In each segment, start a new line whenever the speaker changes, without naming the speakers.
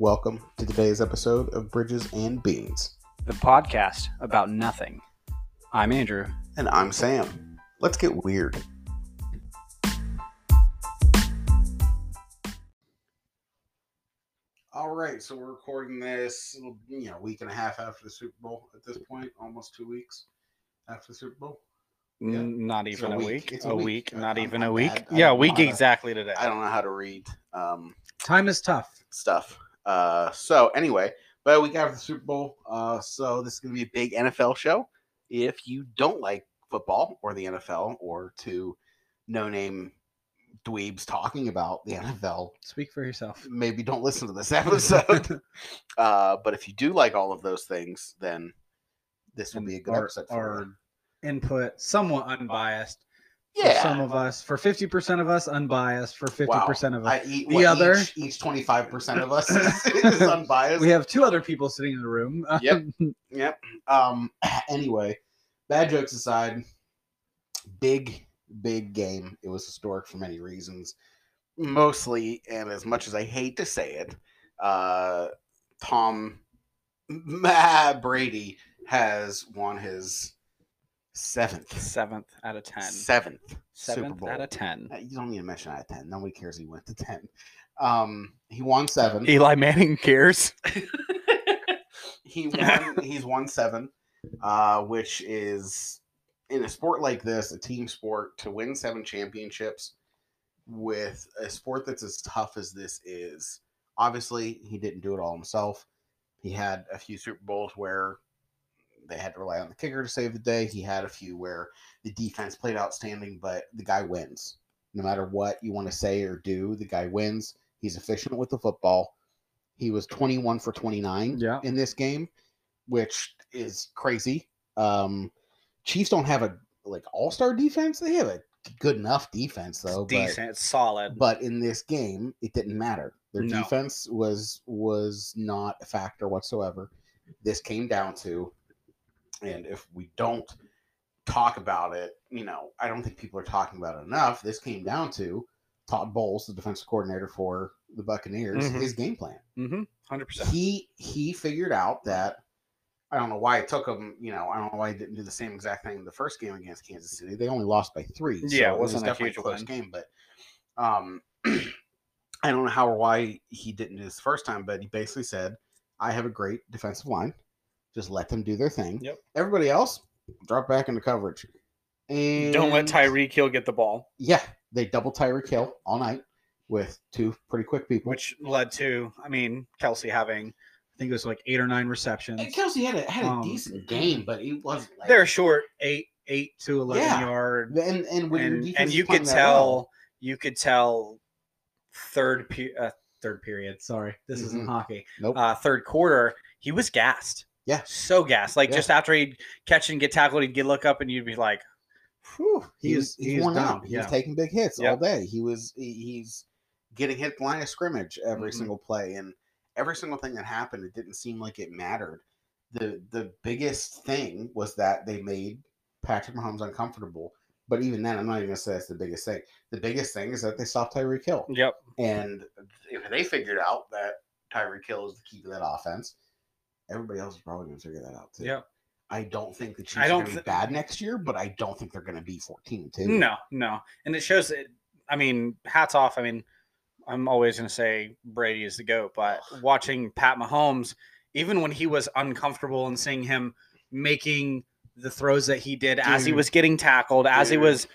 Welcome to today's episode of Bridges and Beans.
the podcast about nothing. I'm Andrew.
And I'm Sam. Let's get weird. All right, so we're recording this, you know, week and a half after the Super Bowl at this point, almost two weeks after the Super Bowl.
N-
Yeah.
Not
It's
even
a
a
week.
week.
It's a
A
week.
week.
I-
Not
I'm-
even
I'm
a week.
bad. I
Yeah, a
don't
week
wanna-
exactly today.
I don't know how to read um,
Time is tough.
stuff. Uh, so anyway, but a week after the Super Bowl, uh, so this is going to be a big NFL show. If you don't like football or the NFL or two no-name dweebs talking about the NFL,
Speak for yourself.
maybe don't listen to this episode. uh, but if you do like all of those things, then this will
And
be a good
our-
episode
our
for
Input somewhat unbiased.
you.
For some
Yeah,
of us, for 50% of us, unbiased. For 50% of us,
I eat
The
what
other-
each- each twenty-five percent of us is, is unbiased.
we have two other people sitting in the room.
Yep. Yep. Um. Anyway, bad jokes aside, big big game. It was historic for many reasons, mostly, and as much as I hate to say it, uh, Tom Ah, Brady has won his seventh
Seventh out of ten.
seventh Super
Seventh
Bowl.
out of ten.
Uh, You don't need to mention out of ten. Nobody cares. He went to ten. Um, he won seven.
Eli Manning cares.
he won he's won seven uh which is in a sport like this a team sport to win seven championships with a sport that's as tough as this is obviously he didn't do it all himself he had a few super bowls where they had to rely on the kicker to save the day he had a few where the defense played outstanding but the guy wins no matter what you want to say or do the guy wins he's efficient with the football he was 21 for 29
Yeah.
in this game, which is crazy. Um, Chiefs don't have a like all star defense. They have a good enough defense though.
It's decent. It's solid.
But, but in this game, it didn't matter. Their
No.
defense was was not a factor whatsoever. This came down to, and if we don't talk about it, you know, I don't think people are talking about it enough. This came down to Todd Bowles, the defensive coordinator for the Buccaneers,
Mhm.
his game plan
mm-hmm. 100%.
he he figured out that I don't know why it took him. You know, I don't know why he didn't do the same exact thing in the first game against Kansas City. They only lost by three.
Yeah, it
was
wasn't a
definitely
huge win.
game, but um, I don't know how or why he didn't do this the first time. But he basically said, "I have a great defensive line. Just let them do their thing.
Yep.
Everybody else, drop back into coverage. And
Don't let Tyreek Hill get the ball,
Yeah, they double Tyreek Hill all night with two pretty quick people.
which led to, I mean, Kelsey having, I think it was like eight or nine receptions.
And Kelsey had a had a
Um,
decent game, but he wasn't. Like,
they're short eight eight to eleven
Yeah.
yard
and and when your
and,
defense
and
is
you
playing
could
that
tell
well-
you could tell third pe- uh, third period sorry this
Mhm.
isn't hockey
Nope.
uh, third quarter he was gassed
Yeah.
so gassed like
Yeah.
just after he'd catch and get tackled he'd get look up and you'd be like
Whew, he,
he
was
was-
he's
he was
worn
down,
out. He was
yeah.
taking big hits all
Yep.
day. He was he, he's getting hit at the line of scrimmage every
Mhm.
single play, and every single thing that happened, it didn't seem like it mattered. the The biggest thing was that they made Patrick Mahomes uncomfortable. But even then, I'm not even gonna say that's the biggest thing. The biggest thing is that they stopped Tyreek Hill.
yep
And if they figured out that Tyreek Hill is the key to that offense, everybody else is probably going to figure that out too.
yep
I don't think the Chiefs
I
are
don't
going to be
thi-
bad next year, but I don't think they're going to be 14 too.
no no and it shows it i mean hats off i mean i'm always going to say brady is the goat but watching pat mahomes even when he was uncomfortable and seeing him making the throws that he did as he
Dude.
was getting tackled as he
Dude.
was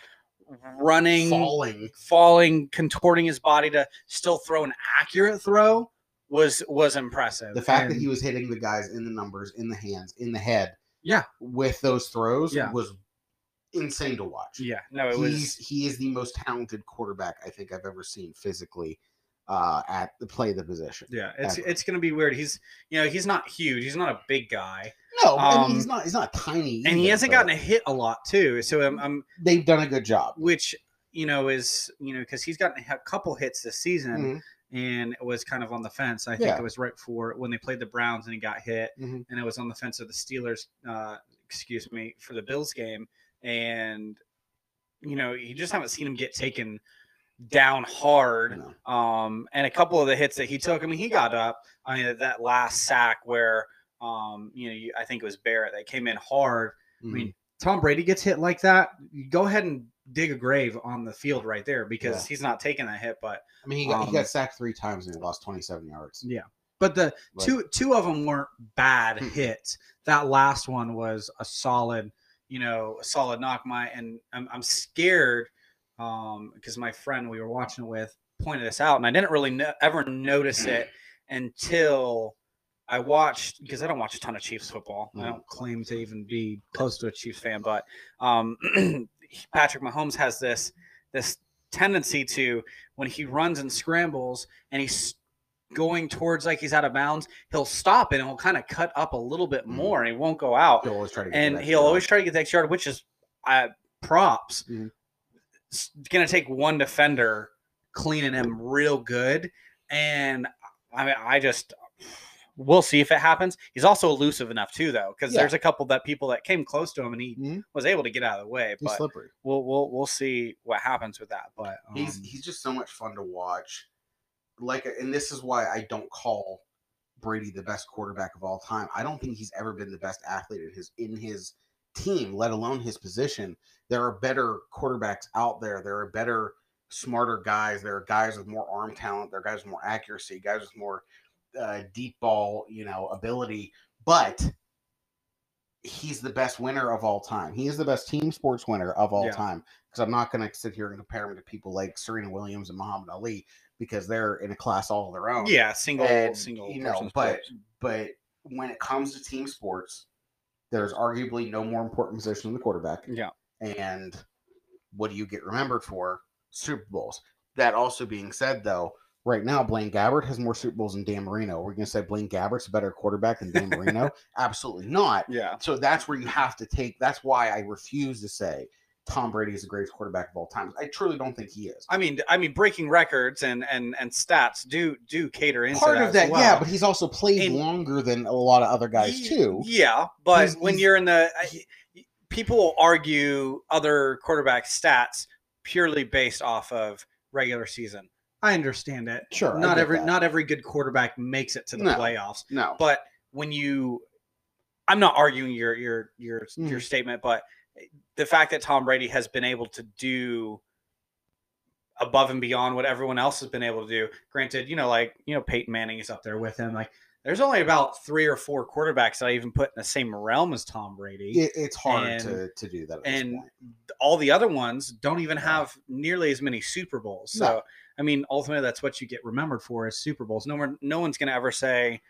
running
falling.
falling, contorting his body to still throw an accurate throw was was impressive.
The fact that
And
he was hitting the guys in the numbers, in the hands, in the head,
Yeah.
with those throws
Yeah.
was insane to watch.
yeah, no, it
He's
was
he is the most talented quarterback I think I've ever seen physically uh, at the play the position.
yeah, it's
ever.
it's gonna be weird. He's you know he's not huge, he's not a big guy,
No, I mean, he's
Um,
not he's not tiny,
and he
either,
hasn't
but
gotten a hit a lot too. So I'm, I'm
They've done a good job.
which you know is you know because he's gotten a couple hits this season.
Mhm.
And it was kind of on the fence. I think
Yeah.
it was right before when they played the Browns and he got hit.
Mhm.
and it was on the fence of the Steelers, uh, excuse me, for the Bills game. And, you know, you just haven't seen him get taken down hard.
No.
Um, and a couple of the hits that he took, I mean, he got up. I mean, that last sack where, um, you know, you, I think it was Barrett that came in hard. I
mm.
mean, Tom Brady gets hit like that. You go ahead and dig a grave on the field right there because
Yeah.
he's not taking that hit. But
I mean, he got,
um,
he got sacked three times and he lost 27 yards.
but the
Like-
two two of them weren't bad
Hmm.
hits. That last one was a solid, you know, a solid knock. My and I'm, I'm scared um because my friend we were watching it with pointed this out, and I didn't really no- ever notice it until I watched because I don't watch a ton of Chiefs football. I
Mhm.
don't claim to even be close to a Chiefs fan, but um, Patrick Mahomes has this this tendency to when he runs and scrambles and he's going towards like he's out of bounds, he'll stop it and he'll kind of cut up a little bit
Mhm.
more and he won't go out.
He'll always try to get
And
that
he'll
yard.
always try to get the next yard, which is uh, props.
Mhm.
It's going to take one defender cleaning him real good. And I mean, I just. We'll see if it happens. He's also elusive enough too, though, because
Yeah.
there's a couple that people that came close to him and he
Mhm.
was able to get out of the way.
He's
But
slippery.
we'll we'll we'll see what happens with that. But um,
He's he's just so much fun to watch. Like, and this is why I don't call Brady the best quarterback of all time. I don't think he's ever been the best athlete in his in his team, let alone his position. There are better quarterbacks out there. There are better, smarter guys. There are guys with more arm talent. There are guys with more accuracy. Guys with more uh, deep ball, you know, ability. But he's the best winner of all time. He is the best team sports winner of all
Yeah.
time because I'm not going to sit here and compare him to people like Serena Williams and Muhammad Ali because they're in a class all of their own.
oh, yeah, single
and,
single.
you know,
person
but
sports.
but when it comes to team sports, there's arguably no more important position than the quarterback.
yeah,
And what do you get remembered for? Super Bowls. That also being said, though, right now Blaine Gabbert has more Super Bowls than Dan Marino. We're going to say Blaine Gabbert's a better quarterback than Dan Marino? Absolutely not.
yeah,
So that's where you have to take. That's why I refuse to say Tom Brady is the greatest quarterback of all time. I truly don't think he is.
I mean, I mean, breaking records and and and stats do do cater into
Part of that,
as well.
yeah, but he's also played
And-
longer than a lot of other guys
Ye-
too.
Yeah, but
He's-
when
he's-
you're in the I- people argue other quarterback stats purely based off of regular season. I understand it.
Sure, I
not
get
every
that.
not every good quarterback makes it to the
No.
playoffs.
No,
but when you i'm not arguing your your your your
Mhm.
statement but the fact that tom brady has been able to do above and beyond what everyone else has been able to do granted you know like you know peyton manning is up there with him like there's only about three or four quarterbacks that i even put in the same realm as tom brady
it, it's hard
and-
to, to do that. At this
and
point.
all the other ones don't even
Yeah.
have nearly as many Super Bowls.
No.
So I mean, ultimately, that's what you get remembered for is Super Bowls. No one, no one's going to ever say,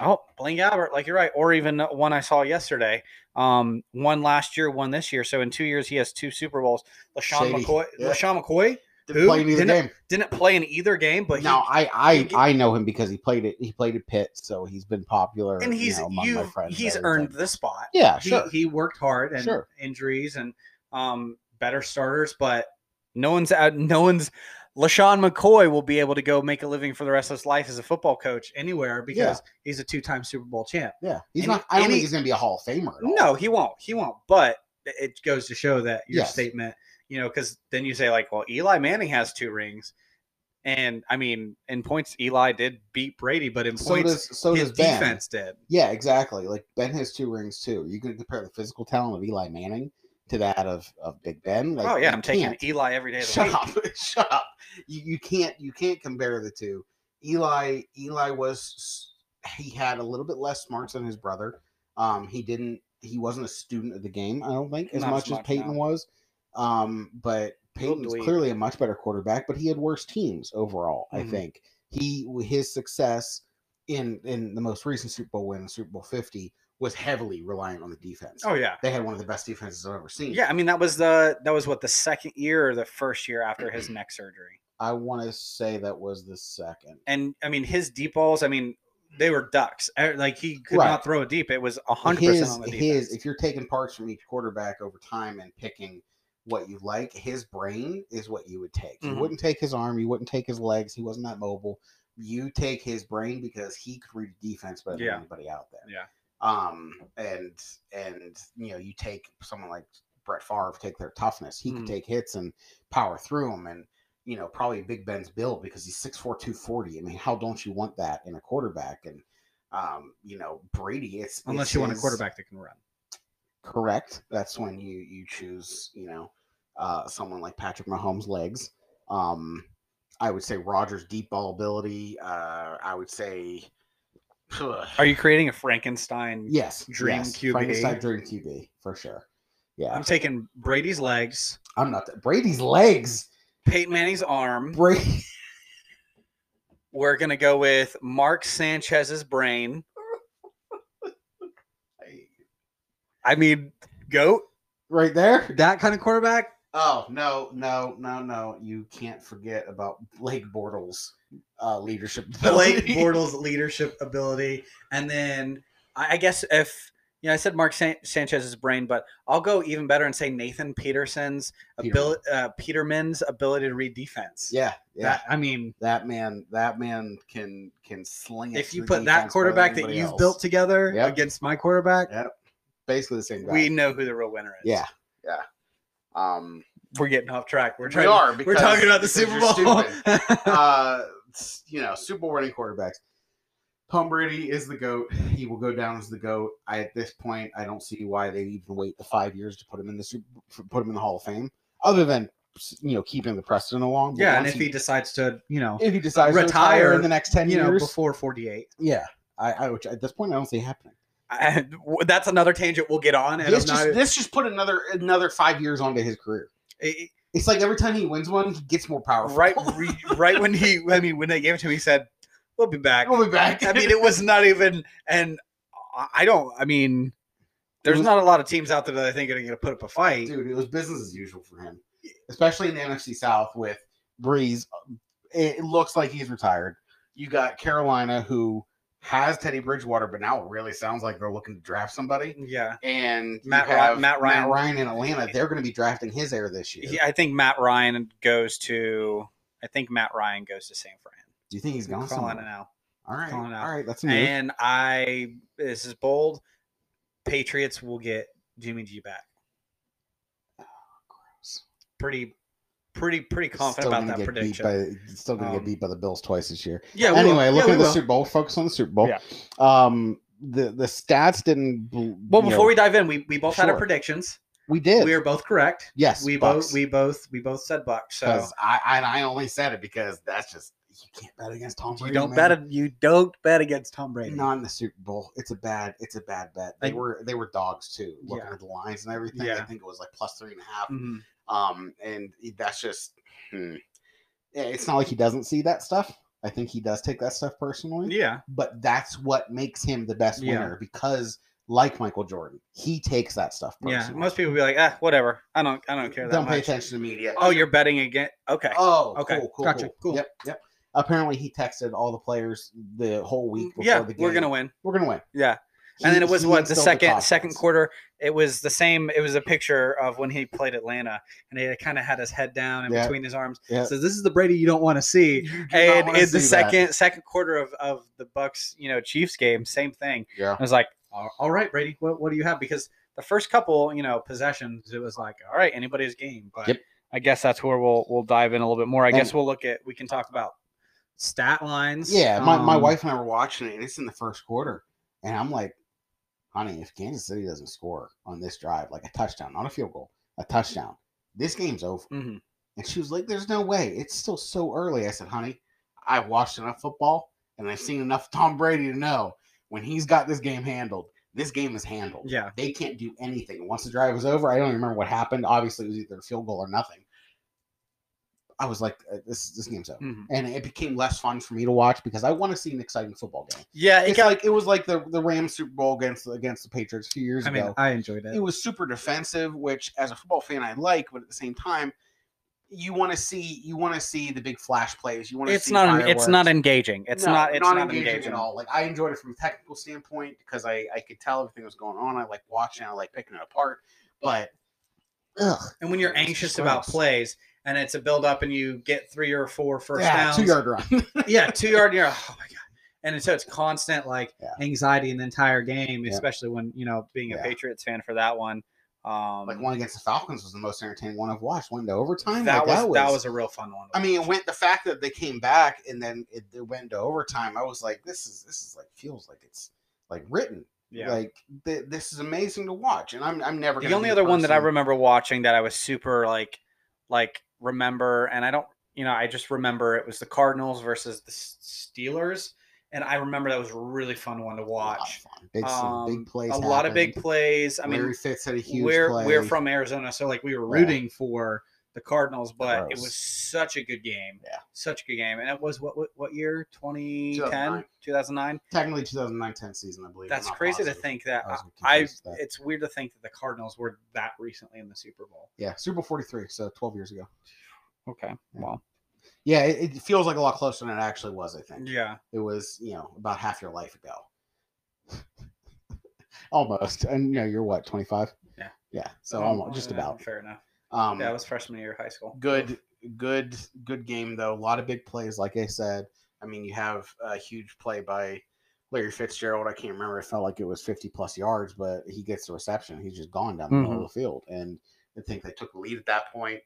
"Oh, Blaine Gabbert," like you're right, or even one I saw yesterday, um, one last year, one this year. So in two years, he has two Super Bowls. Lashawn
Shady.
McCoy,
Yeah.
Lashawn McCoy
didn't
who
play in either
didn't-
game.
didn't play in either game, but he,
now I I,
he-
I know him because he played it. He played at Pitt, so he's been popular.
and he's
you know, among my
you
friends. and
he's
everything.
earned the spot.
Yeah,
he,
sure.
he worked hard and
Sure.
injuries and um, better starters, but no one's out. No one's. LaShawn McCoy will be able to go make a living for the rest of his life as a football coach anywhere because he's a two-time Super Bowl champ.
yeah, he's
and-
not. I don't
and
think
he-
he's going to be a Hall of Famer. At all.
No, he won't. He won't. But it goes to show that your
Yes.
statement, you know, because then you say like, well, Eli Manning has two rings, and I mean, in points, Eli did beat Brady, but in
So
points,
does so
his
does Ben.
defense did.
Yeah, exactly. Like Ben has two rings too. You can compare the physical talent of Eli Manning to that of, of Big Ben. Like,
oh yeah,
you
I'm taking
can't.
Eli every day. Of the
Shut
week.
up! Shut up! You, you can't you can't compare the two. Eli Eli was he had a little bit less smarts than his brother. Um, he didn't he wasn't a student of the game. I don't think as
Not as
much as
much,
Peyton
no.
was. Um, but Peyton was
dweeb.
clearly a much better quarterback, but he had worse teams overall. I
Mhm.
think he his success in in the most recent Super Bowl win, Super Bowl Fifty, was heavily reliant on the defense.
Oh yeah.
They had one of the best defenses I've ever seen.
Yeah, I mean that was the that was what the second year or the first year after his neck surgery.
I want to say that was the second.
And I mean his deep balls, I mean they were ducks. Uh, Like he could
Right.
not throw it deep. It was hundred percent
his,
on the defense.
his if you're taking parts from each quarterback over time and picking what you like, his brain is what you would take.
Mhm.
You wouldn't take his arm, you wouldn't take his legs, he wasn't that mobile. You take his brain because he could read defense better
Yeah.
than anybody out there.
Yeah.
Um and and you know, you take someone like Brett Favre, take their toughness. He
Mhm.
could take hits and power through them and you know, probably Big Ben's build because he's 6'4, 240. I mean, how don't you want that in a quarterback? And, um, you know, Brady, it's.
Unless
it's
you want a
his-
quarterback that can run.
Correct. That's when you you choose, you know, uh, someone like Patrick Mahomes' legs. Um, I would say Rogers' deep ball ability. Uh, I would say.
Are you creating a Frankenstein?
Yes.
Dream
yes.
QB?
Frankenstein Dream QB, for sure. Yeah.
I'm taking Brady's legs,
I'm not. Brady's legs.
Peyton Manning's arm.
Brady.
We're gonna go with Mark Sanchez's brain. I mean, goat.
Right there?
That kind of quarterback.
Oh no, no, no, no! You can't forget about Blake Bortles' uh, leadership.
Blake
ability.
Bortles' leadership ability, and then I I guess if you know, I said Mark San- Sanchez's brain, but I'll go even better and say Nathan Peterson's
Peterman.
ability, uh, Peterman's ability to read defense.
Yeah, yeah. That,
That, I mean,
man, that man can can sling it.
if
to
you
the
put that
defense better than
quarterback that
anybody
you've
else.
built together
Yep.
against my quarterback,
Yep. basically the same guy.
we know who the real winner is.
yeah, yeah. Um,
we're getting off track. We're
We
trying.
are,
we're
because-
talking about the
because
Super
you're
Bowl.
stupid. uh, s- you know, Super Bowl winning quarterbacks. Tom Brady is the goat. He will go down as the goat. I, at this point, I don't see why they even wait the five years to put him in the Super, put him in the Hall of Fame, other than you know keeping the precedent along. But
yeah, and
once
if he decides to, you know,
if he decides to retire
retire,
in the next ten
you know,
years,
before forty-eight.
yeah, I, I which at this point I don't see happening.
I, that's another tangent we'll get on. And
This
I'm
just
not-
this just put another another five years onto his career.
it-
It's like every time he wins one, he gets more powerful.
right re, right when he i mean when they gave it to him he said we'll be back
we'll be back.
i mean it was not even and I- i don't i mean there's
was-
not a lot of teams out there that i think are going to put up a fight
dude, it was business as usual for him, especially in the NFC South with Breeze. It it looks like he's retired. You got Carolina, who has Teddy Bridgewater, but now it really sounds like they're looking to draft somebody.
yeah
And you
Matt Ry-
have
Matt Ryan.
Matt Ryan in Atlanta, they're going to be drafting his heir this year.
He- i think matt ryan goes to i think matt ryan goes to san fran
Do you think he's gone?
I'm calling it
somewhere?
now
All right,
calling it out.
all right, that's a move.
and i this is bold patriots will get jimmy g back
Oh,
pretty pretty pretty confident
Still
about
gonna
that
get
prediction
Beat by, still going to
Um,
get beat by the Bills twice this year.
yeah we will.
anyway,
Yeah,
look
we
at the
will.
Super Bowl. Focus on the Super Bowl.
Yeah.
Um, the the stats didn't. bl-
well
you know,
before we dive in we, we both had our
Sure.
predictions
we did.
we are both correct.
Yes,
We
Bucks.
both we both we both said Bucks. So
because I, I and I only said it because that's just you can't bet against Tom Brady. man.
a- you don't bet against Tom Brady.
not in the Super Bowl. It's a bad it's a bad bet. They
Like-
were they were dogs too. Looking
Yeah.
at the lines and everything, I
Yeah.
think it was like plus three and a half.
Mhm.
Um, and that's just hmm. Yeah, it's not like he doesn't see that stuff. I think he does take that stuff personally
Yeah.
but that's what makes him the best
Yeah.
winner because like Michael Jordan, he takes that stuff
Yeah.
personally.
Most people be like, ah, whatever. I don't I don't care that
Don't pay
much.
attention to media.
Oh, you're betting again. Okay.
Oh,
Okay.
Cool, cool,
Gotcha.
cool.
Cool.
Yep, yep. Apparently, he texted all the players the whole week before
Mm-hmm. yeah,
the game.
we're gonna win.
We're gonna win.
Yeah.
He-
And then it was
he
what the
instilled
second second
confidence.
quarter. It was the same. It was a picture of when he played Atlanta, and he kind of had his head down and
Yeah.
between his arms.
Yeah.
So this is the Brady you don't want to see.
You do not
and
wanna
in the
see that.
second second quarter of, of the Bucks, you know, Chiefs game, same thing.
Yeah.
I was like, "All- all right, Brady, what, what do you have? Because the first couple, you know, possessions, it was like, all right, anybody's game. But
Yep.
I guess that's where we'll we'll dive in a little bit more. I
And-
guess we'll look at we can talk about stat lines.
Yeah, my, my
Um,
wife and I were watching it, and it's in the first quarter, and I'm like, honey, if Kansas City doesn't score on this drive, like a touchdown, not a field goal, a touchdown, this game's over.
mhm.
And she was like, There's no way. It's still so early. I said, Honey, I've watched enough football and I've seen enough Tom Brady to know when he's got this game handled, this game is handled.
Yeah.
They can't do anything. Once the drive was over, I don't even remember what happened. Obviously, it was either a field goal or nothing. I was like, uh, this, this game's over.
mhm.
And it became less fun for me to watch because I want to see an exciting football game.
Yeah, it
It's
got,
like it was like the, the Rams Super Bowl against against the Patriots a few years
I mean,
ago
I enjoyed it.
it was super defensive, which as a football fan I like, but at the same time, you want to see you want to see the big flash plays. You want to
It's
see
not en- it's not
fireworks.
engaging. It's
No,
not it's not engaging,
at all. Like I enjoyed it from a technical standpoint because I I could tell everything was going on. I like watching. I like picking it apart. But ugh,
And when you're
It's
anxious
just
about
gross.
plays and it's a build up and you get three or four first
yeah,
downs,
two yard run.
yeah, two yard and you're oh my god. And so it's constant like
Yeah.
anxiety in the entire game,
Yeah.
especially when you know being a
Yeah.
Patriots fan for that one. Um,
Like one against the Falcons was the most entertaining one I've watched. Went to overtime.
that,
Like,
was, that was a real fun one.
I mean, it went the fact that they came back and then it, it went to overtime. I was like, this is this is like feels like it's like written.
yeah.
Like th- this is amazing to watch. And I'm I'm never
the
gonna
only
be a
other one that I
person-
remember watching that I was super like like remember and I don't you know I just remember it was the Cardinals versus the S- Steelers and I remember that was a really fun one to
a lot of
watch.
fun. Big some
Um,
big plays.
a lot of big
happened.
plays. I mean
Larry Fitz had a huge
we're
play.
we're from Arizona so like we were
Yeah.
rooting for the Cardinals but it
Gross.
was such a good game.
Yeah.
Such a good game and it was what what, what year 2010
2009.
2009.
technically 2009-10 season, I believe. I'm
That's
not
crazy to
positive.
think that
I was gonna
I, I
confess that.
it's weird to think that the Cardinals were that recently in the Super Bowl.
Yeah, Super Bowl 43, so 12 years ago.
Okay. Well,
Yeah, it, it feels like a lot closer than it actually was. I think
yeah.
it was, you know, about half your life ago. almost, and you know, you're what 25?
Yeah. Oh,
yeah. So
Well,
almost, just
Um, yeah,
about.
Fair enough.
Um,
that was freshman year of high school.
good, good, good game though. A lot of big plays, like I said. I mean, you have a huge play by Larry Fitzgerald. I can't remember. It felt like it was 50 plus yards, but he gets the reception. He's just gone down the
Mm-hmm.
middle of the field, and I think they took the lead at that point.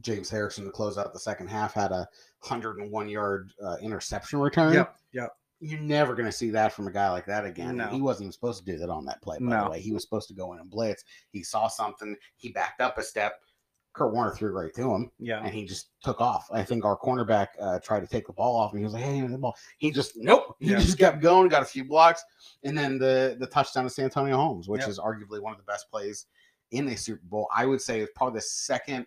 James Harrison to close out the second half had a 101 yard uh, interception return.
Yep. Yep.
You're never going to see that from a guy like that again.
No.
He wasn't even supposed to do that on that play, by
No.
the way. He was supposed to go in and blitz. He saw something. He backed up a step. Kurt Warner threw right to him
Yeah.
and he just took off. I think our cornerback uh, tried to take the ball off, and he was like, "Hey, the ball." He just nope. He
Yeah.
just kept going, got a few blocks, and then the the touchdown to San Antonio Holmes, which
Yep.
is arguably one of the best plays in the Super Bowl. I would say it's probably the second.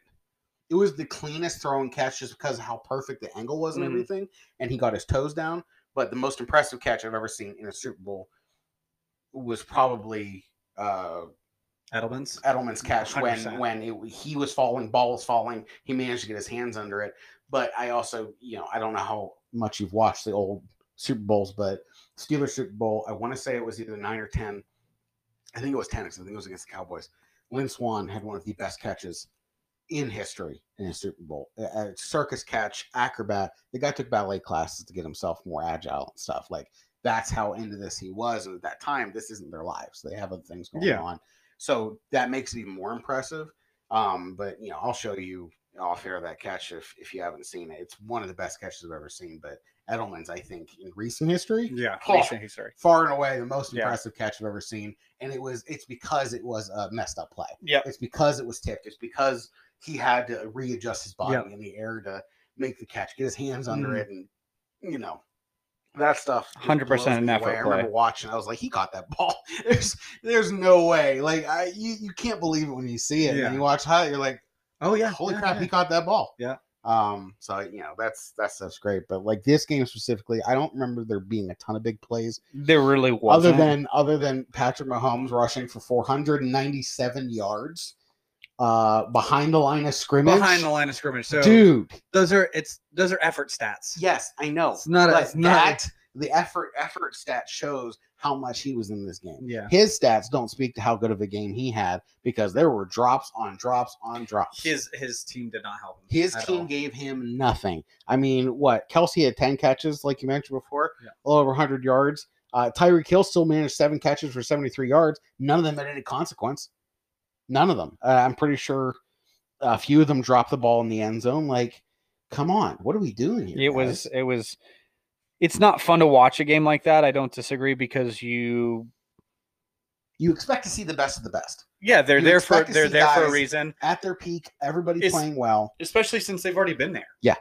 It was the cleanest throw and catch just because of how perfect the angle was and
Mhm.
everything, and he got his toes down. But the most impressive catch I've ever seen in a Super Bowl was probably. Uh,
Edelman's.
Edelman's catch when
100%.
when it, he was falling, ball was falling. He managed to get his hands under it. But I also, you know, I don't know how much you've watched the old Super Bowls, but Steelers Super Bowl, I want to say it was either nine or ten. I think it was ten. 'cause I think it was against the Cowboys. Lynn Swan had one of the best catches in history in a Super Bowl. A- a circus catch, acrobat. The guy took ballet classes to get himself more agile and stuff. Like that's how into this he was. And at that time, this isn't their lives. They have other things going
Yeah.
on. So that makes it even more impressive. Um, but you know, I'll show you off air that catch if if you haven't seen it. It's one of the best catches I've ever seen. But Edelman's, I think, in recent history,
Yeah.
Oh.
Mason History.
far and away the most
Yeah.
impressive catch I've ever seen. And it was it's because it was a messed up play.
Yep.
It's because it was tipped. It's because he had to readjust his body
Yep.
in the air to make the catch, get his hands under
Mhm.
it, and you know that stuff. just
100%
blows
an
me
effort
away. I
play.
remember watching. I was like, he caught that ball. There's there's no way. Like I you, you can't believe it when you see it.
Yeah.
And you watch high, you're like,
Oh yeah.
holy
yeah,
crap,
yeah.
he caught that ball.
Yeah.
Um, so you know that's that stuff's great, but like this game specifically, I don't remember there being a ton of big plays
There really wasn't.
other than other than Patrick Mahomes rushing for 497 yards uh behind the line of scrimmage.
behind the line of scrimmage. So
Dude,
those are it's those are effort stats.
yes, I know.
It's not. A,
but
it's not.
that the effort effort stat shows how much he was in this game.
yeah.
His stats don't speak to how good of a game he had because there were drops on drops on drops.
His his team did not help him.
His
at
team
all.
gave him nothing. I mean, what? Kelsey had 10 catches, like you mentioned before,
Yeah.
a little over 100 yards. Uh, Tyreek Hill still managed seven catches for 73 yards. None of them had any consequence. None of them. Uh, I'm pretty sure a few of them dropped the ball in the end zone. Like, come on. What are we doing here?
it was
guys?
it was it's not fun to watch a game like that. I don't disagree because you
You expect to see the best of the best.
yeah, they're
You
there for
expect to
they're
see
there for a
guys-
reason.
At their peak, everybody
It's-
playing well.
especially since they've already been there.
Yeah.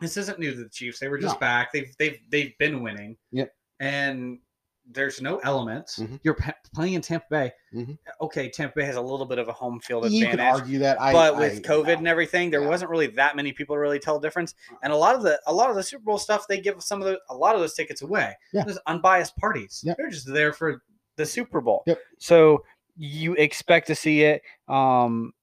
This isn't new to the Chiefs. They were just
No.
back. They've they've they've been winning.
Yep.
And there's no elements.
Mhm.
You're pa- playing in Tampa Bay.
Mhm.
Okay, Tampa Bay has a little bit of a home field
You
advantage.
can argue that. I,
but
I-
with COVID
no.
and everything, there
Yeah.
wasn't really that many people to really tell the difference. And a lot of the a lot of the Super Bowl stuff, they give some of the a lot of those tickets away.
Yeah.
There's unbiased parties.
Yep.
They're just there for the Super Bowl.
Yep.
So you expect to see it. Um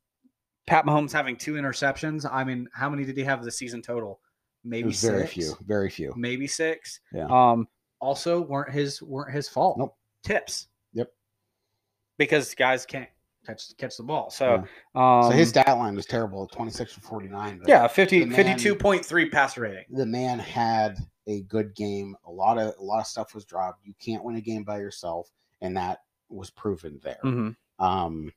Pat Mahomes having two interceptions. I mean, how many did he have this season total?
It
Maybe
was very
six,
few. Very few.
Maybe six.
Yeah.
Um also weren't his weren't his fault.
Nope.
Tips.
Yep.
Because guys can't catch catch the ball. So um
so his stat line was terrible 26 to 49. but-
yeah, 50,
the man-
52.3 passer rating.
the man had a good game. A lot of a lot of stuff was
Mm-hmm.
dropped. You can't win a game by yourself, and that was proven there. Um,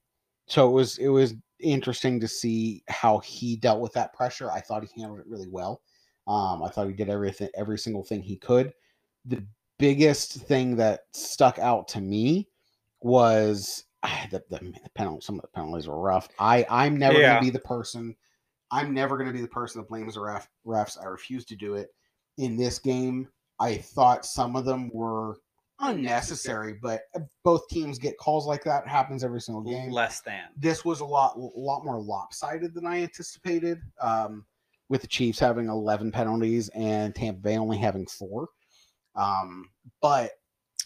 so it was it was interesting to see how he dealt with that pressure. I thought he handled it really well. Um, I thought he did everything, every single thing he could. The biggest thing that stuck out to me was ah, the, the, the penalty. Some of the penalties were rough. I I'm never
Yeah.
gonna be the person. I'm never gonna be the person that blames the ref, refs. I refuse to do it. In this game, I thought some of them were unnecessary, but both teams get calls like that. It happens every single game
Less than.
this was a lot lot more lopsided than I anticipated. Um, with the Chiefs having 11 penalties and Tampa Bay only having four. Um, but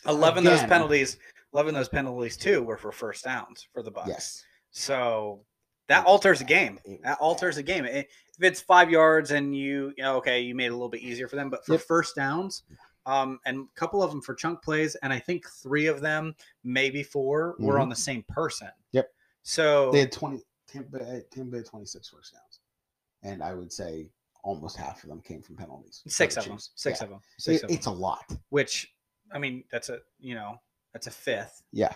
11 those
Oh, Again.
penalties 11 those penalties too were for first downs for the bucks
yes,
so that alters a game
It was
that alters a game It- if it's five yards and you, you know, okay you made it a little bit easier for them but for
Yep.
first downs um, and a couple of them for chunk plays and i think three of them maybe 4 were on the same person
Mm-hmm. Yep.
so
they had 20 Tampa Bay, Tampa Bay 26 first downs, and I would say almost half of them came from penalties. for
six
the
of them
Chiefs.
six
Yeah.
of them six
It-
of them
It's a lot.
which i mean that's a you know that's a fifth
Yeah,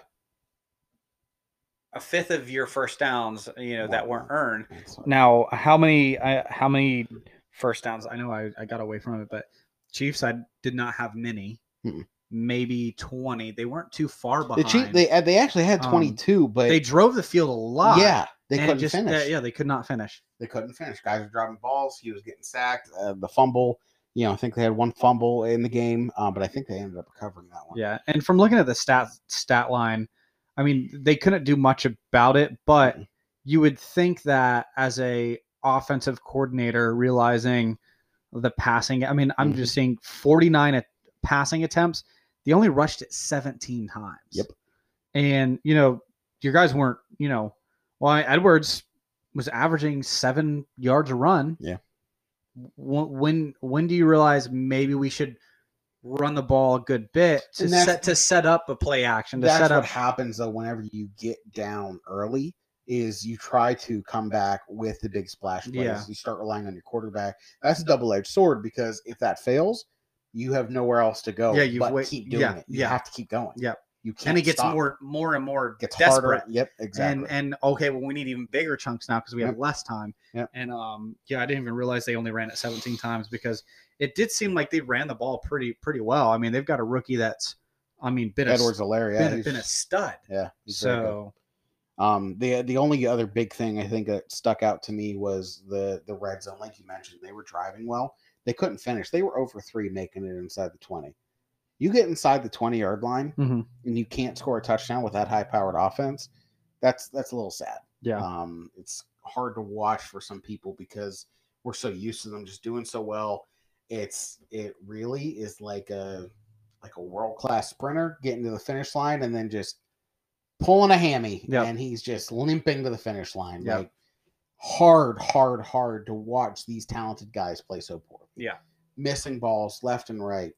a fifth of your first downs you know that weren't
Wow.
earned
It's-
Now, how many? I, how many first downs? I know I, I got away from it, but Chiefs, I did not have many.
Mm-mm.
Maybe twenty. They weren't too far
Hmm. the
behind.
Chiefs they uh, they actually had
Um,
22, but
They drove the field a lot.
yeah, they
and
couldn't
just- uh,
finish.
yeah, they could not finish.
they couldn't finish. Guys were dropping balls. He was getting sacked. Uh, the fumble, you know, I think they had one fumble in the game, um, but I think they ended up recovering that one.
Yeah, and from looking at the stat stat line, I mean, they couldn't do much about it.
Mm-hmm.
But you would think that as a offensive coordinator, realizing the passing, I mean, I'm
Mhm.
just seeing 49 at passing attempts. They only rushed it 17 times.
Yep.
And you know, your guys weren't. You know, why Edwards was averaging seven yards a run.
Yeah.
Wh- When when do you realize maybe we should run the ball a good bit to
And that's-
set to set up a play action to
That's
set
what
up?
happens though. Whenever you get down early, is you try to come back with the big splash plays.
Yeah.
You start relying on your quarterback. That's a double edged sword because if that fails, you have nowhere else to go.
Yeah, you've
but
wait-
keep doing
yeah,
it. You
yeah.
have to keep going.
Yep.
you can't.
and it gets
stop.
more more and more
gets
desperate.
harder. Yep, exactly.
And and okay, well we need even bigger chunks now because we have
Yep.
less time.
Yep.
And um yeah, I didn't even realize they only ran it 17 times because it did seem like they ran the ball pretty pretty well. I mean, they've got a rookie that's I mean, been
Edwards
a
Alaire, yeah,
been, a-
he's-
been a stud.
yeah, he's very good.
So
Um, the the only other big thing I think that stuck out to me was the the red zone. Like you mentioned, they were driving well. They couldn't finish. They were over three, making it inside the twenty. You get inside the twenty yard line
Mhm.
and you can't score a touchdown with that high powered offense. That's that's a little sad.
yeah.
Um, it's hard to watch for some people because we're so used to them just doing so well. It's it really is like a like a world class sprinter getting to the finish line and then just pulling a hammy
Yep.
and he's just limping to the finish line.
Yep.
Like hard, hard, hard to watch these talented guys play so poorly.
Yeah.
Missing balls left and right.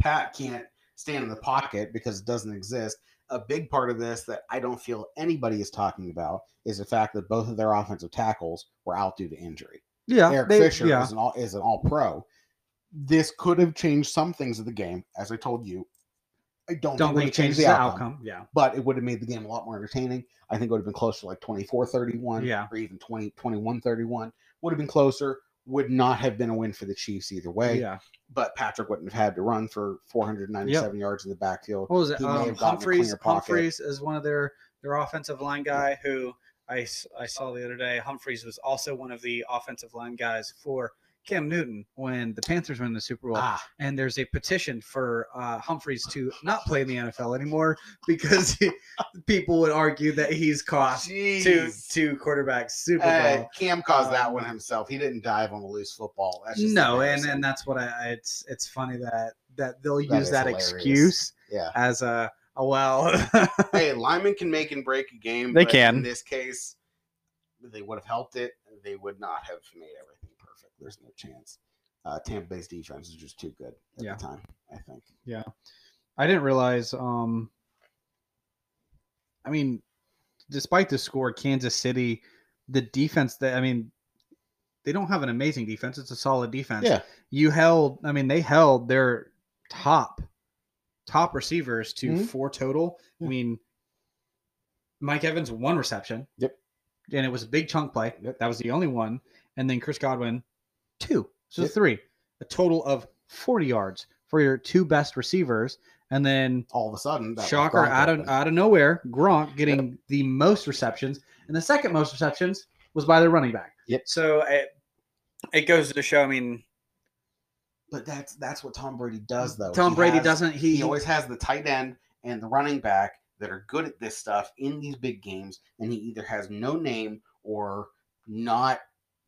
Pat can't stand in the pocket because it doesn't exist. A big part of this that I don't feel anybody is talking about is the fact that both of their offensive tackles were out due to injury.
yeah.
Eric
they-
Fisher
yeah.
is an all is an all pro. This could have changed some things of the game, as I told you. I don't,
Don't
think it would have
think it changes
changed
the outcome. Yeah.
but it would have made the game a lot more entertaining. I think it would have been closer to like 24 31
Yeah.
or even 20 21 31. Would have been closer, would not have been a win for the Chiefs either way.
Yeah.
But Patrick wouldn't have had to run for 497 yards in the backfield.
what was it?
He may
Um,
have gotten a
Humphreys.
cleaner pocket.
Humphreys is one of their their offensive line guy who I, s- I saw the other day. Humphreys was also one of the offensive line guys for Cam Newton when the Panthers win the Super Bowl.
Ah,
And there's a petition for uh, Humphreys to not play in the NFL anymore because he, people would argue that he's cost two
jeez.
two quarterbacks Super Bowl.
Hey, Cam caused that one
Um,
himself. He didn't dive on a loose football. That's just
no, and
embarrassing.
and that's what I. I- It's it's funny that that they'll
That
use
is
that
hilarious.
excuse
yeah.
as a, a well.
Hey, linemen can make and break a game.
They
but
can.
In this case, they would have helped it. They would not have made everything perfect. There's no chance. Uh, Tampa Bay's defense is just too good at
Yeah.
the time. I think.
I didn't realize. Um, I mean, despite the score, Kansas City, the defense. That I mean, they don't have an amazing defense. It's a solid defense.
Yeah.
You held. I mean, they held their top top receivers to
Mhm.
four total.
Yeah.
I mean, Mike Evans one reception.
Yep.
And it was a big chunk play.
Yep.
That was the only one. And then Chris Godwin, two. So
Yep.
three. A total of 40 yards for your two best receivers. And then
All of a sudden, that was
shocker
Gronk
out
open.
of out of nowhere, Gronk getting the most receptions, and the second most receptions was by their running back.
Yep.
So it, it goes to show. I mean,
But that's that's what Tom Brady does, though.
Tom
He
Brady
has-
doesn't. He,
He always has the tight end and the running back that are good at this stuff in these big games, and he either has no name or not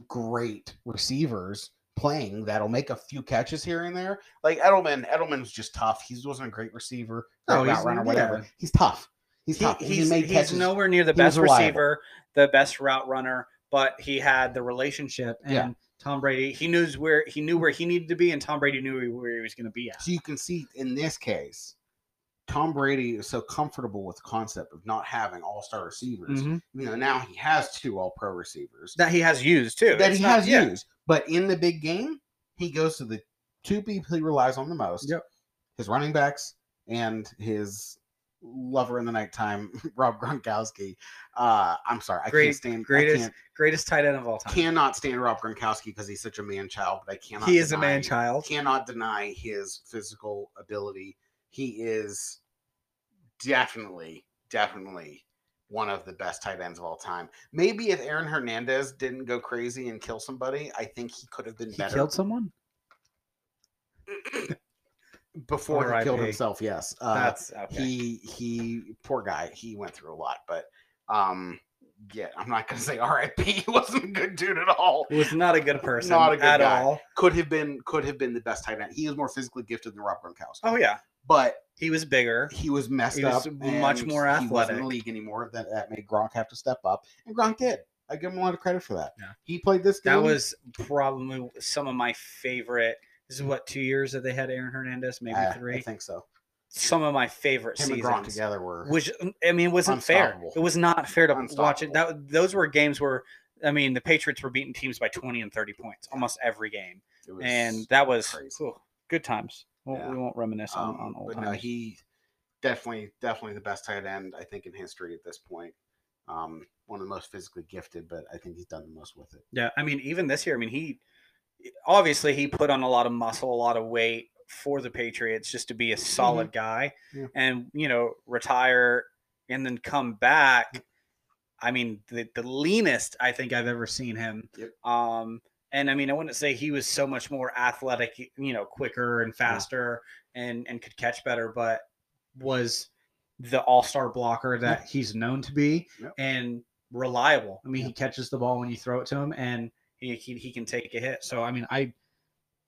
great receivers playing that'll make a few catches here and there. Like Edelman, Edelman's just tough. He wasn't a great receiver, great
No,
route
he's-
runner, whatever.
yeah.
He's tough. He's
he,
tough. and
he's,
he made
he's
catches.
nowhere near the
He was
best
reliable.
receiver, the best route runner, but he had the relationship and
Yeah.
Tom Brady. He knows where he knew where he needed to be, and Tom Brady knew where he was going to be at.
So you can see in this case, Tom Brady is so comfortable with the concept of not having all star receivers.
Mhm.
You know, now he has two all pro receivers.
That he has used too.
that
It's
he
not-
has
yeah.
used. But in the big game, he goes to the two people he relies on the most.
Yep.
His running backs and his lover in the nighttime, Rob Gronkowski. Uh, I'm sorry, I
Great-
can't stand
greatest
I can't,
Greatest tight end of all time.
cannot stand Rob Gronkowski because he's such a man child, but I cannot
He is a
deny-
man child.
Cannot deny his physical ability. He is definitely, definitely one of the best tight ends of all time. Maybe if Aaron Hernandez didn't go crazy and kill somebody, I think he could have been
He
better
killed someone.
before he killed
RIP.
himself. Yes, uh,
That's okay.
he he poor guy. He went through a lot, but um, yeah, I'm not gonna say R.I.P. He wasn't a good dude at all.
was not a good person
Not a good
at
guy.
all.
Could have been could have been the best tight end. He is more physically gifted than Rob Gronkowski.
Oh yeah,
but
he was bigger.
he was messed
He was
up.
much
and
more
He wasn't in
athletic.
the league anymore. That that made Gronk have to step up, and Gronk did. I give him a lot of credit for that.
Yeah.
He played this game.
That was probably some of my favorite. This is what two years that they had Aaron Hernandez, maybe
Mm. I- I
three.
think so.
Some of my favorite
Him and Gronk
seasons,
together were
which I mean wasn't fair.
Unstoppable.
It was not fair to watch it.
Unstoppable.
That those were games where I mean the Patriots were beating teams by twenty and thirty points almost every game,
it was
and that was
crazy.
oh, good times. Won't-
Yeah.
We won't reminisce on,
Um,
on old
but
times.
no, he definitely, definitely the best tight end I think in history at this point. Um, one of the most physically gifted, but I think he's done the most with it.
Yeah, I mean, even this year, I mean, he obviously he put on a lot of muscle, a lot of weight for the Patriots just to be a solid guy,
Mm-hmm. Yeah.
and you know, retire and then come back. I mean, the, the leanest I think I've ever seen him.
Yep.
Um, and I mean, I wouldn't say he was so much more athletic, you know, quicker and faster, and and could catch better, but was the all-star blocker that he's known to be
Yep.
and reliable. I mean,
Yeah.
he catches the ball when you throw it to him, and he, he he can take a hit. So I mean, I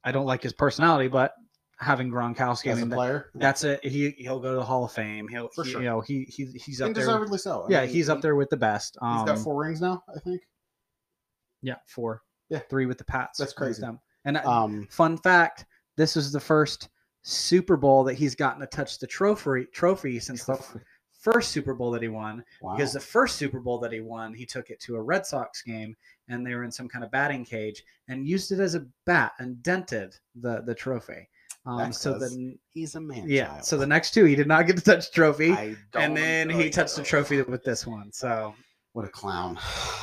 I don't like his personality, but having Gronkowski, I
As a
mean, that-
player,
that's a he he'll go to the Hall of Fame. He'll
For
he-
sure.
you know he, he he's up
and
there.
deservedly so. I
yeah,
mean,
he's up
he-
there with the best. Um,
He's got four rings now, I think.
yeah, four,
Yeah.
three with the Pats.
That's
with
crazy.
them. And uh,
Um,
fun fact: this is the first Super Bowl that he's gotten to touch the trophy trophy since the f- first Super Bowl that he won.
wow.
because the first Super Bowl that he won, he took it to a Red Sox game, and they were in some kind of batting cage and used it as a bat and dented the the trophy. Um,
That
so
says
then,
he's a man.
yeah,
child.
so the next two he did not get to touch the trophy,
I don't
and then he
really
touched the
know.
trophy with this one. So
What a clown.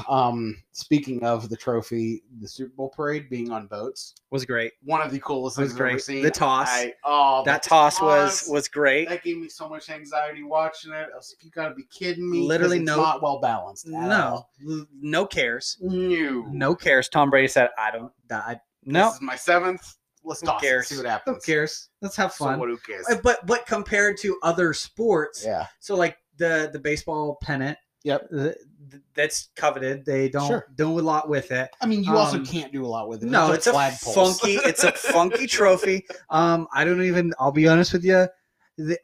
Um, speaking of the trophy, the Super Bowl parade being on boats,
was great.
one of the coolest
Was
things I've ever
great.
seen.
The toss.
I, oh,
That
the
toss was
toss.
was great.
that gave me so much anxiety watching it. I was like, you gotta be kidding me. 'cause
Literally
it's
no-
not well balanced. at
No,
all.
no cares,
no,
no cares. Tom Brady said, "I don't die." No,
This is my seventh. Let's
Who
toss
cares?
it. See what happens.
who cares? Let's have
So
fun.
what? Who cares?
Uh, but but compared to other sports,
Yeah,
So like the the baseball pennant.
Yep.
th- th- that's coveted. They don't
Sure.
do a lot with it.
I mean, you also
Um,
can't do a lot with it.
No,
just
it's a
flagpoles.
funky. It's a funky trophy. Um, I don't even. I'll be honest with you. The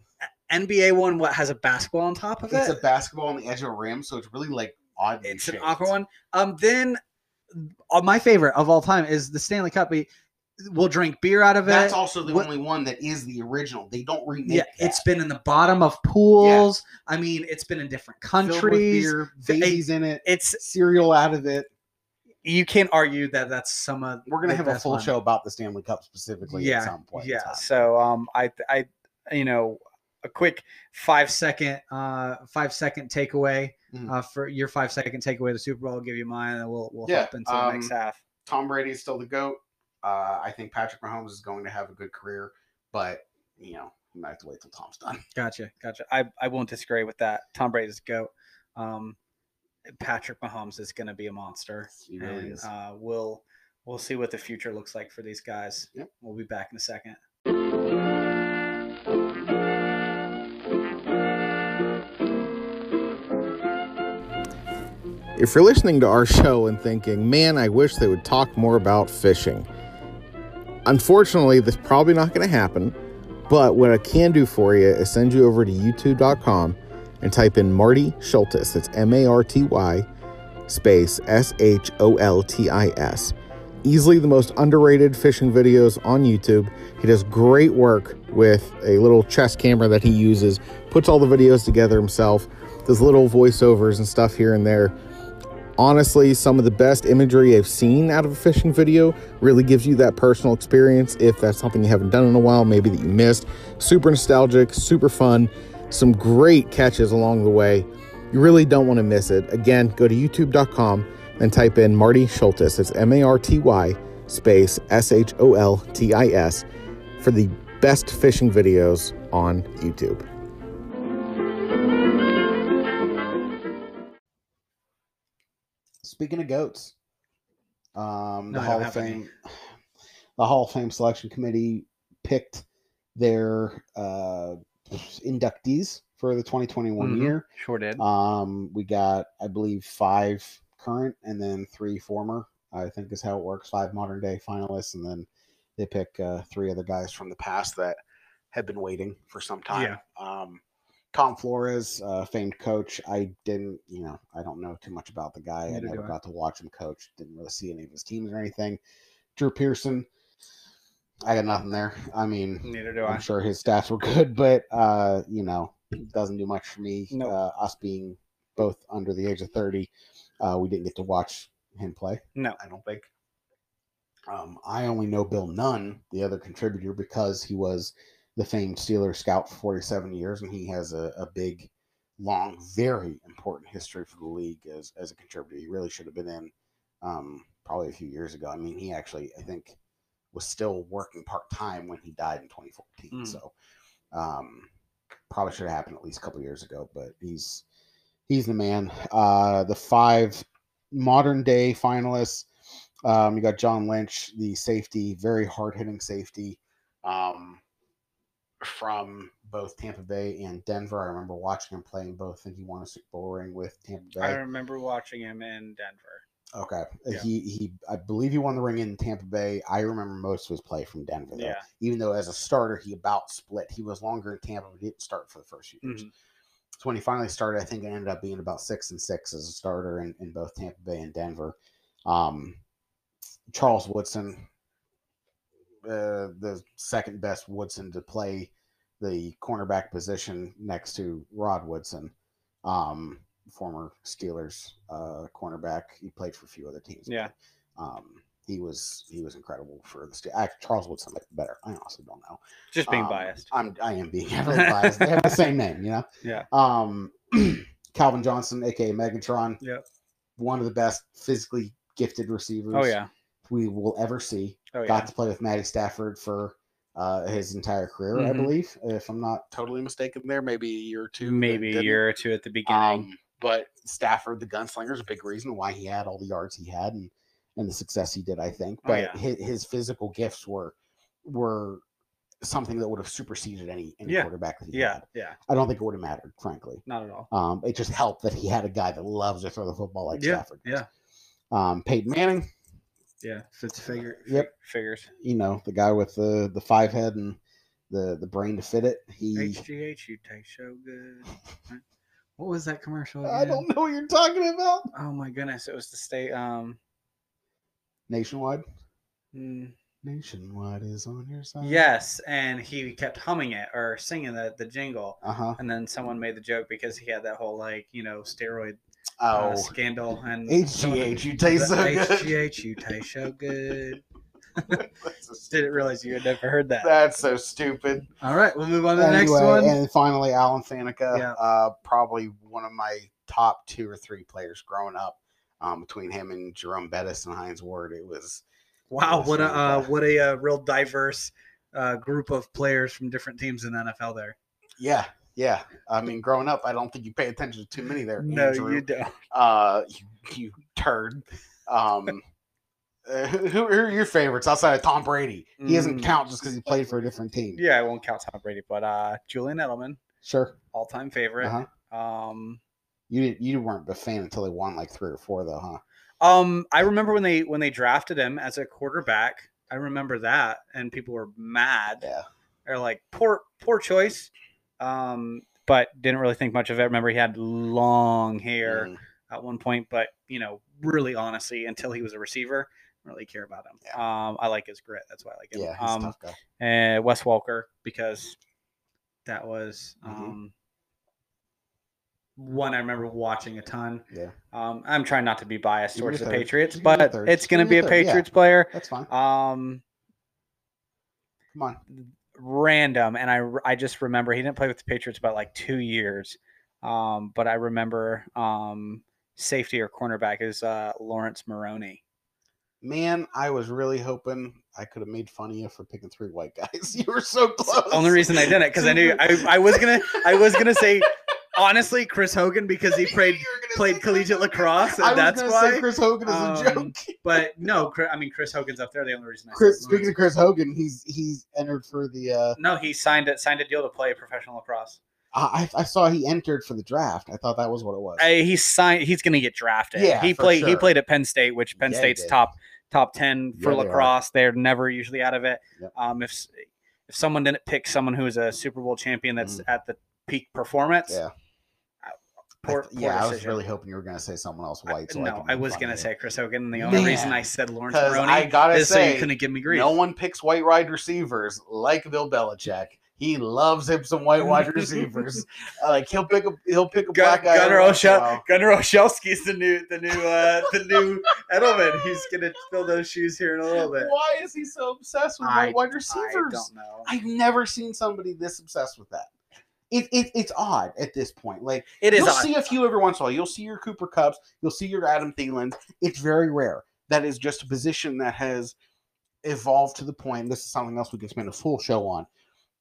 NBA one, what has a basketball on top of
It's a
it?
basketball on the edge of a rim, so it's really like odd.
It's an awkward one. Um, then uh, my favorite of all time is the Stanley Cup. We- We'll drink beer out of it.
That's also the
What-
only one that is the original. They don't remake.
yeah,
that.
it's been in the bottom of pools. I mean, it's been in different
Filled with
countries.
beer,
They-
babies in it,
It's
cereal out of it.
you can't argue that that's some of
We're gonna
the
have a
best
full
one.
show about the Stanley Cup specifically
Yeah,
at some point. in
yeah
time.
so um i i you know a quick five second uh five second takeaway
Mhm.
uh, for your five second takeaway of the Super Bowl. I'll give you mine, and we'll we'll
Yeah,
hop into the next
um,
half.
Tom Brady's still the goat. Uh, I think Patrick Mahomes is going to have a good career, but you know, you might have to wait till Tom's done.
Gotcha, gotcha. I, I won't disagree with that. Tom Brady's goat. Um, Patrick Mahomes is going to be a monster.
He really
and,
is.
Uh, we'll we'll see what the future looks like for these guys.
Yep.
We'll be back in a second.
If you're listening to our show and thinking, man, I wish they would talk more about fishing, unfortunately, that's probably not going to happen. But what I can do for you is send you over to youtube.com and type in Marty Schultis. It's M A R T Y space S H O L T I S. Easily the most underrated fishing videos on YouTube. He does great work with a little chess camera that he uses, puts all the videos together himself, does little voiceovers and stuff here and there honestly some of the best imagery I've seen out of a fishing video. Really gives you that personal experience if that's something you haven't done in a while, maybe that you missed. Super nostalgic, super fun, some great catches along the way. You really don't want to miss it. Again, go to youtube.com and type in Marty Schultis. It's M A R T Y space S H O L T I S for the best fishing videos on YouTube.
Speaking of goats, um,
No,
the
I don't
Hall of
have any.
Fame, the Hall of Fame selection committee picked their uh, inductees for the 2021
Mhm.
year.
Sure did.
Um, we got, I believe, five current and then three former. I think is how it works. Five modern day finalists, and then they pick uh, three other guys from the past that have been waiting for some time. Um, Tom Flores, uh, famed coach. I didn't, you know, I don't know too much about the guy. I
Neither
never
do I.
got to watch him coach. Didn't really see any of his teams or anything. Drew Pearson. I got nothing there. I mean,
Neither do I.
I'm sure his stats were good, but uh, you know, doesn't do much for me.
No.
Uh, us being both under the age of thirty, uh, we didn't get to watch him play.
No.
I don't think. Um, I only know Bill Nunn, the other contributor, because he was the famed Steelers scout for 47 years, and he has a, a big, long, very important history for the league as, as a contributor. He really should have been in um, probably a few years ago. I mean, he actually, I think, was still working part time when he died in 2014.
Mm.
So um, probably should have happened at least a couple years ago. But he's he's the man. Uh, the five modern day finalists. Um, you got John Lynch, the safety, very hard hitting safety um, from both Tampa Bay and Denver. I remember watching him play in both. I think he won a Super Bowl ring with Tampa Bay.
I remember watching him in Denver.
Okay.
Yeah.
He he I believe he won the ring in Tampa Bay. I remember most of his play from Denver though.
Yeah.
Even though as a starter he about split. He was longer in Tampa, but he didn't start for the first few years.
Mhm.
So when he finally started, I think it ended up being about six and six as a starter in, in both Tampa Bay and Denver. Um Charles Woodson, uh, the second best Woodson to play the cornerback position next to Rod Woodson, um, former Steelers uh, cornerback. He played for a few other teams.
Yeah.
um, he was he was incredible for the Steelers. Actually, Charles Woodson might be better. I honestly don't know.
Just being
Um,
biased.
I'm I am being heavily biased. They have the same name, you know.
Yeah.
Um, Calvin Johnson, aka Megatron.
Yep.
One of the best physically gifted receivers.
Oh yeah.
We will ever see
Oh yeah.
got to play with Matty Stafford for uh, his entire career, I
Mhm.
believe, if I'm not Mm-hmm. totally mistaken. There, maybe a year or two, that
Maybe a
didn't.
year or two at the beginning.
Um, but Stafford, the gunslinger, is a big reason why he had all the yards he had and and the success he did. I think,
Oh,
but
yeah.
his, his physical gifts were were something that would have superseded any, any
Yeah.
quarterback that he
yeah.
had.
Yeah.
I don't think it would have mattered, frankly.
Not at all.
Um, it just helped that he had a guy that loves to throw the football like
Yeah,
Stafford. does.
yeah.
Um, Peyton Manning,
Yeah. Fits
figure- Yep.
Figures.
you know, the guy with the the five head and the the brain to fit it. He,
HGH, you taste so good. What was that commercial?
I
again?
don't know what you're talking about.
Oh my goodness! It was the state. Um.
Nationwide,
mm,
nationwide is on your side.
Yes, and he kept humming it or singing the the jingle,
Uh huh.
and then someone made the joke because he had that whole like you know steroid uh,
Oh,
scandal and someone-
HGH, you taste
the
so good.
HGH, you taste so good. Didn't realize you had never heard that.
That's so stupid.
All right, we'll move on to the
anyway,
next one.
and finally, Alan Faneca,
Yeah.
uh, probably one of my top two or three players growing up um, between him and Jerome Bettis and Heinz Ward. It was
Wow,
Yes,
what a
uh,
uh, what a uh, real diverse uh, group of players from different teams in the NFL there.
yeah, yeah. I mean, growing up, I don't think you pay attention to too many there.
No,
Andrew.
you don't.
uh you, you turd um uh, who, who are your favorites outside of tom brady he doesn't
Mm.
count just because he played for a different team
Yeah, I won't count Tom Brady, but uh, Julian Edelman,
sure
all time favorite.
uh-huh.
Um,
you didn't you weren't a fan until they won like three or four though huh
um, I remember when they when they drafted him as a quarterback. I remember that, and people were mad.
yeah
They're like, poor poor choice. Um, but didn't really think much of it. Remember, he had long hair.
Mhm.
at one point, but you know, really honestly, until he was a receiver, I don't really care about him. Um, I like his grit. That's why I like him.
yeah he's a
um,
tough guy.
and Wes Walker because that was
Mhm.
um, one I remember watching a ton.
Yeah.
Um, I'm trying not to be biased
You can
towards
be
the
third.
Patriots,
You can be
but
third.
it's
You
going
can
to
be
be a
third, yeah.
Patriots player.
that's fine
Um,
come on
random and I r- I just remember he didn't play with the Patriots about like 2 years. Um but I remember um safety or cornerback is uh Lawrence Maroney.
man i was really hoping i could have made fun of you for picking three white guys you were so close
Only reason I didn't because I knew I, I was going to I was going to say honestly Chris Hogan because he played
You were gonna
played
say Chris
collegiate
Hogan.
lacrosse, and
I was
that's
gonna say
why,
Chris Hogan is a
um,
joke.
but no Chris, I mean Chris Hogan's up there the only reason I said
Chris, speaking
Lawrence.
of Chris Hogan, he's he's entered for the uh,
No, he signed it signed a deal to play professional lacrosse.
I, I I saw he entered for the draft. I thought that was what it was.
Uh, he signed he's going to get drafted.
Yeah,
he
for
played he
sure.
played at Penn State, which Penn
Yeah, he
State's
did.
top top 10 for
Yeah, they are.
lacrosse. They are. never usually out of it.
Yep.
Um, if s- if someone didn't pick someone who is a Super Bowl champion that's at the peak performance,
Mm. Yeah.
poor,
I th-
poor
yeah, I was
decision.
really hoping you were going to say someone else
I-
white. so
no,
could
I
make
was
fun
gonna
of you.
say Chris Hogan. The only reason I
Man,
said Lawrence
'Cause
Maroney
I gotta
is so
say,
you couldn't give me grief.
no one picks white wide receivers like Bill Belichick. He loves him some white wide receivers. Uh, like he'll pick a he'll pick a
Gun-
black guy. every
Gunnar,
once in a
Oshe-
while.
Gunnar Oshelski's the new the new uh, the new Edelman. He's gonna fill those shoes here in a little bit.
Why is he so obsessed with
I-
white wide
I
receivers?
don't know.
I've never seen somebody this obsessed with that. It, it, it's odd at this point. Like
It is
you'll
odd.
see a few every once in a while. You'll see your Cooper Cups. You'll see your Adam Thielens. It's very rare. That is just a position that has evolved to the point. This is something else we can spend a full show on,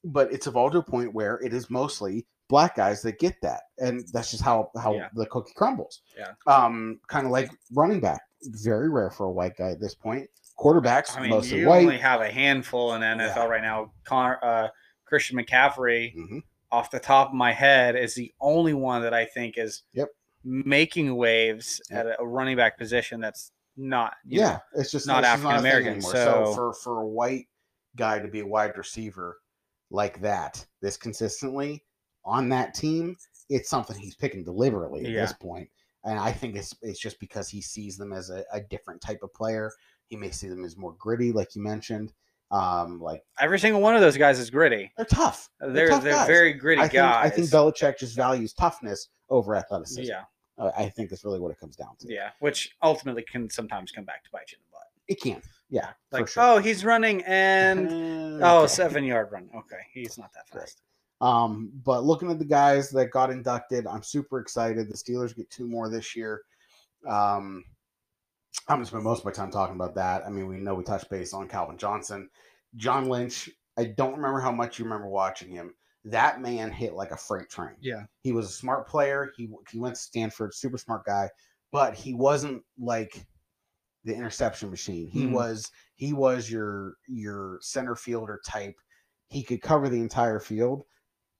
but it's evolved to a point where it is mostly black guys that get that, and that's just how how
Yeah.
the cookie crumbles.
Yeah.
Um, kind of like running back. Very rare for a white guy at this point. Quarterbacks
I mean,
mostly
you
white.
only have a handful in NFL
Yeah.
right now. Con- uh, Christian McCaffrey,
Mhm.
off the top of my head, is the only one that I think is
Yep.
making waves
Yep.
at a running back position that's not. you
yeah,
know,
it's just
not
it's just a thing
African-American,
anymore.
so-
for for a white guy to be a wide receiver like that, this consistently on that team, it's something he's picking deliberately at
Yeah.
this point. And I think it's it's just because he sees them as a, a different type of player. He may see them as more gritty, like you mentioned. Um, like
every single one of those guys is gritty.
they're tough.
They're
tough
they're,
guys.
very gritty
I think
guys.
I think Belichick just values toughness over athleticism.
yeah,
Uh, I think that's really what it comes down to.
yeah, which ultimately can sometimes come back to bite you in the butt.
It can. Yeah. for
Like,
sure.
oh, he's running and
Uh,
oh,
okay.
seven yard run. Okay, he's not that
Right.
fast.
Um, but looking at the guys that got inducted, I'm super excited. The Steelers get two more this year. Um, I'm gonna spend most of my time talking about that. I mean, we know we touched base on Calvin Johnson, John Lynch. I don't remember how much you remember watching him. That man hit like a freight train.
Yeah.
He was a smart player. He he went to Stanford, super smart guy, but he wasn't like the interception machine. He
Mhm.
was he was your your center fielder type. He could cover the entire field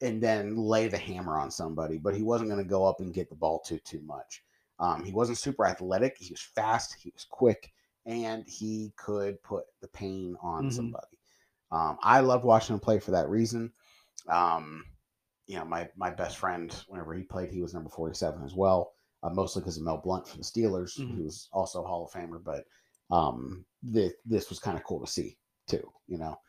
and then lay the hammer on somebody, but he wasn't going to go up and get the ball too too much. Um, he wasn't super athletic. He was fast. He was quick, and he could put the pain on
Mhm.
somebody. Um, I loved watching him play for that reason. Um, you know, my my best friend, whenever he played, he was number forty seven as well, uh, mostly because of Mel Blunt for the Steelers,
Mhm.
who was also a Hall of Famer. But um, th- this was kind of cool to see too. You know,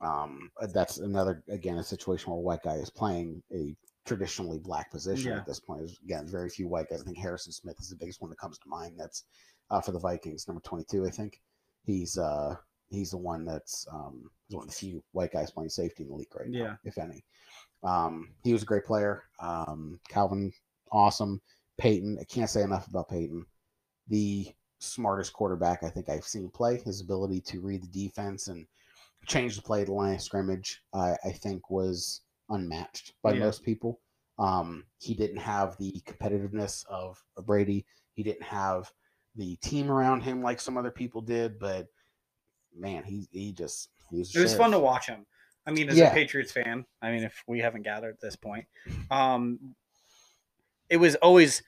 um, uh, that's another again a situation where a white guy is playing a traditionally black position
Yeah.
at this point. There's, again, very few white guys. I think Harrison Smith is the biggest one that comes to mind. That's uh, for the Vikings, number twenty two. I think he's uh, he's the one that's um, he's one of the few white guys playing safety in the league right now,
Yeah.
if any. Um, he was a great player. Um, Calvin, awesome. Peyton, I can't say enough about Peyton. The smartest quarterback I think I've seen play. His ability to read the defense and change the play to the line of scrimmage, I, I think, was unmatched by
Yeah.
most people. Um, he didn't have the competitiveness of a Brady. He didn't have the team around him like some other people did. But man, he he just he was. a
It was
sheriff.
fun to watch him. I mean, as
Yeah.
a Patriots fan, I mean, if we haven't gathered at this point, um, it was always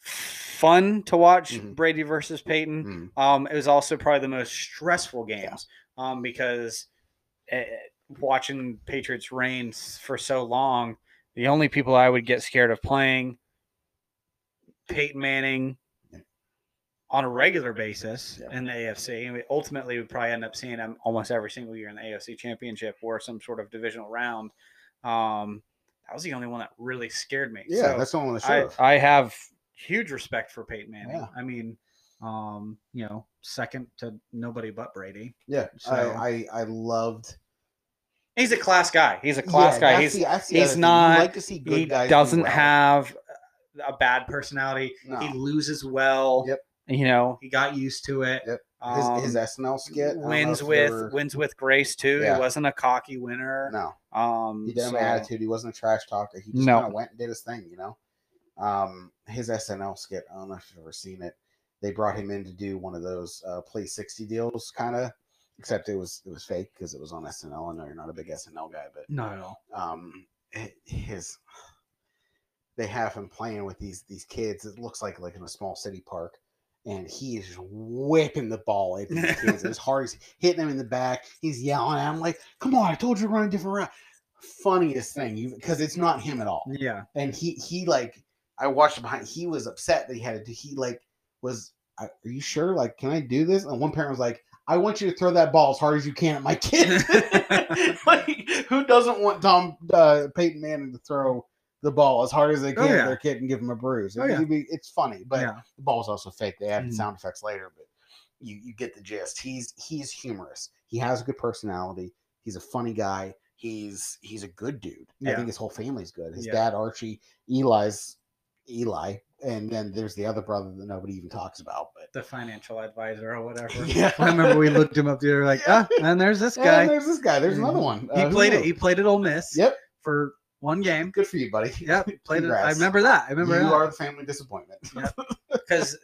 fun to watch
Mhm.
Brady versus Peyton.
Mm.
Um, it was also probably the most stressful games um, because eh, watching Patriots reign s- for so long, the only people I would get scared of playing Peyton Manning on a regular basis
Yeah.
in the AFC. And we ultimately would probably end up seeing him almost every single year in the AFC championship or some sort of divisional round. Um, that was the only one that really scared me.
Yeah,
So-
that's the one with the
I,
sheriff.
I have huge respect for Peyton Manning.
Yeah.
I mean, um, you know, second to nobody but Brady.
yeah,
so-
I, I I loved.
He's a class guy. He's a
Yeah,
class guy.
that's
He's
the- that's the
he's
other thing. You
not-
Like to see good
he
guys do
doesn't
well.
have a bad personality.
No.
He loses well.
Yep.
You know, he got used to it.
Yep. his,
Um,
his SNL skit I don't know
wins
if
with
you're-
wins with grace too.
Yeah.
He wasn't a cocky winner.
no,
Um,
he didn't have
so-
an attitude. He wasn't a trash talker. He just
No.
kind of went and did his thing, you know. Um, his SNL skit. I don't know if you've ever seen it. They brought him in to do one of those uh, play sixty deals, kind of. Except it was it was fake because it was on SNL. I know you're not a big SNL guy, but
No.
um h- his they have him playing with these these kids it looks like like in a small city park and he is just whipping the ball at these kids as hard as hitting them in the back he's yelling at 'em, like come on i told you to run a different route funniest thing you because it's not him at all
Yeah.
and he he like i watched behind he was upset that he had to he like was "I- are you sure like can i do this and one parent was like i want you to throw that ball as hard as you can at my kid like who doesn't want tom uh, peyton manning to throw the ball as hard as they can
Oh, yeah.
at their kid and give him a bruise
Oh, yeah.
It'd be- it's funny but
yeah.
the ball's also fake they added
Mm.
sound effects later but you you get the gist he's he's humorous he has a good personality he's a funny guy he's he's a good dude i
Yeah.
think his whole family's good his
Yeah.
dad archie eli's eli and then there's the other brother that nobody even talks about but
The financial advisor or whatever.
yeah
I remember we looked him up the other like, ah, and there's this
And
guy.
there's this guy there's another
Mhm.
one
He
Uh, who
played it.
knew?
He played at Ole Miss.
Yep.
For one game.
good for you buddy
Yep. Played it. I
Congrats.
remember that. I remember
you are the family disappointment
Yep. because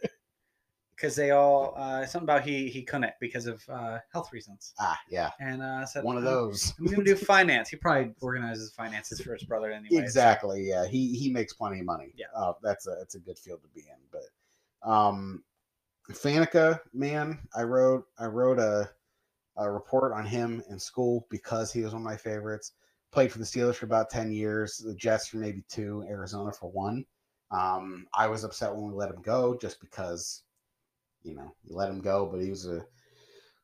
because they all uh, something about he he couldn't because of uh, health reasons.
ah yeah
And uh, I said
one of
"I'm-
those
I'm gonna do finance. He probably organizes finances for his brother anyway. so-
Exactly. Yeah, he he makes plenty of money.
Yeah.
uh, that's a that's a good field to be in. But um, Fanica, man, I wrote I wrote a a report on him in school because he was one of my favorites. Played for the Steelers for about ten years, the Jets for maybe two, Arizona for one. Um, I was upset when we let him go just because, you know, you let him go, but he was a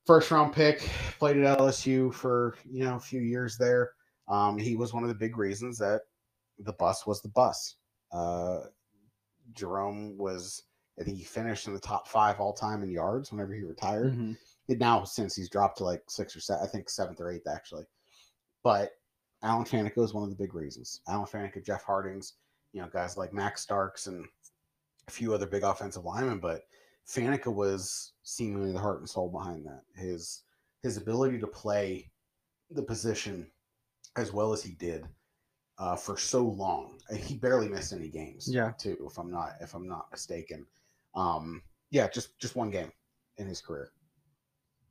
first round pick, played at LSU for, you know, a few years there. Um, he was one of the big reasons that the bus was the bus. Uh, Jerome was, I think he finished in the top five all time in yards whenever he retired.
Mhm.
And now, since he's dropped to like six or seven, I think seventh or eighth actually. But Alan Faneca is one of the big reasons. Alan Faneca, Jeff Hardings, you know, guys like Max Starks and a few other big offensive linemen. But Faneca was seemingly the heart and soul behind that. His his ability to play the position as well as he did uh, for so long, Uh, he barely missed any games.
Yeah.
too, if I'm not if I'm not mistaken. Um, yeah, just just one game in his career.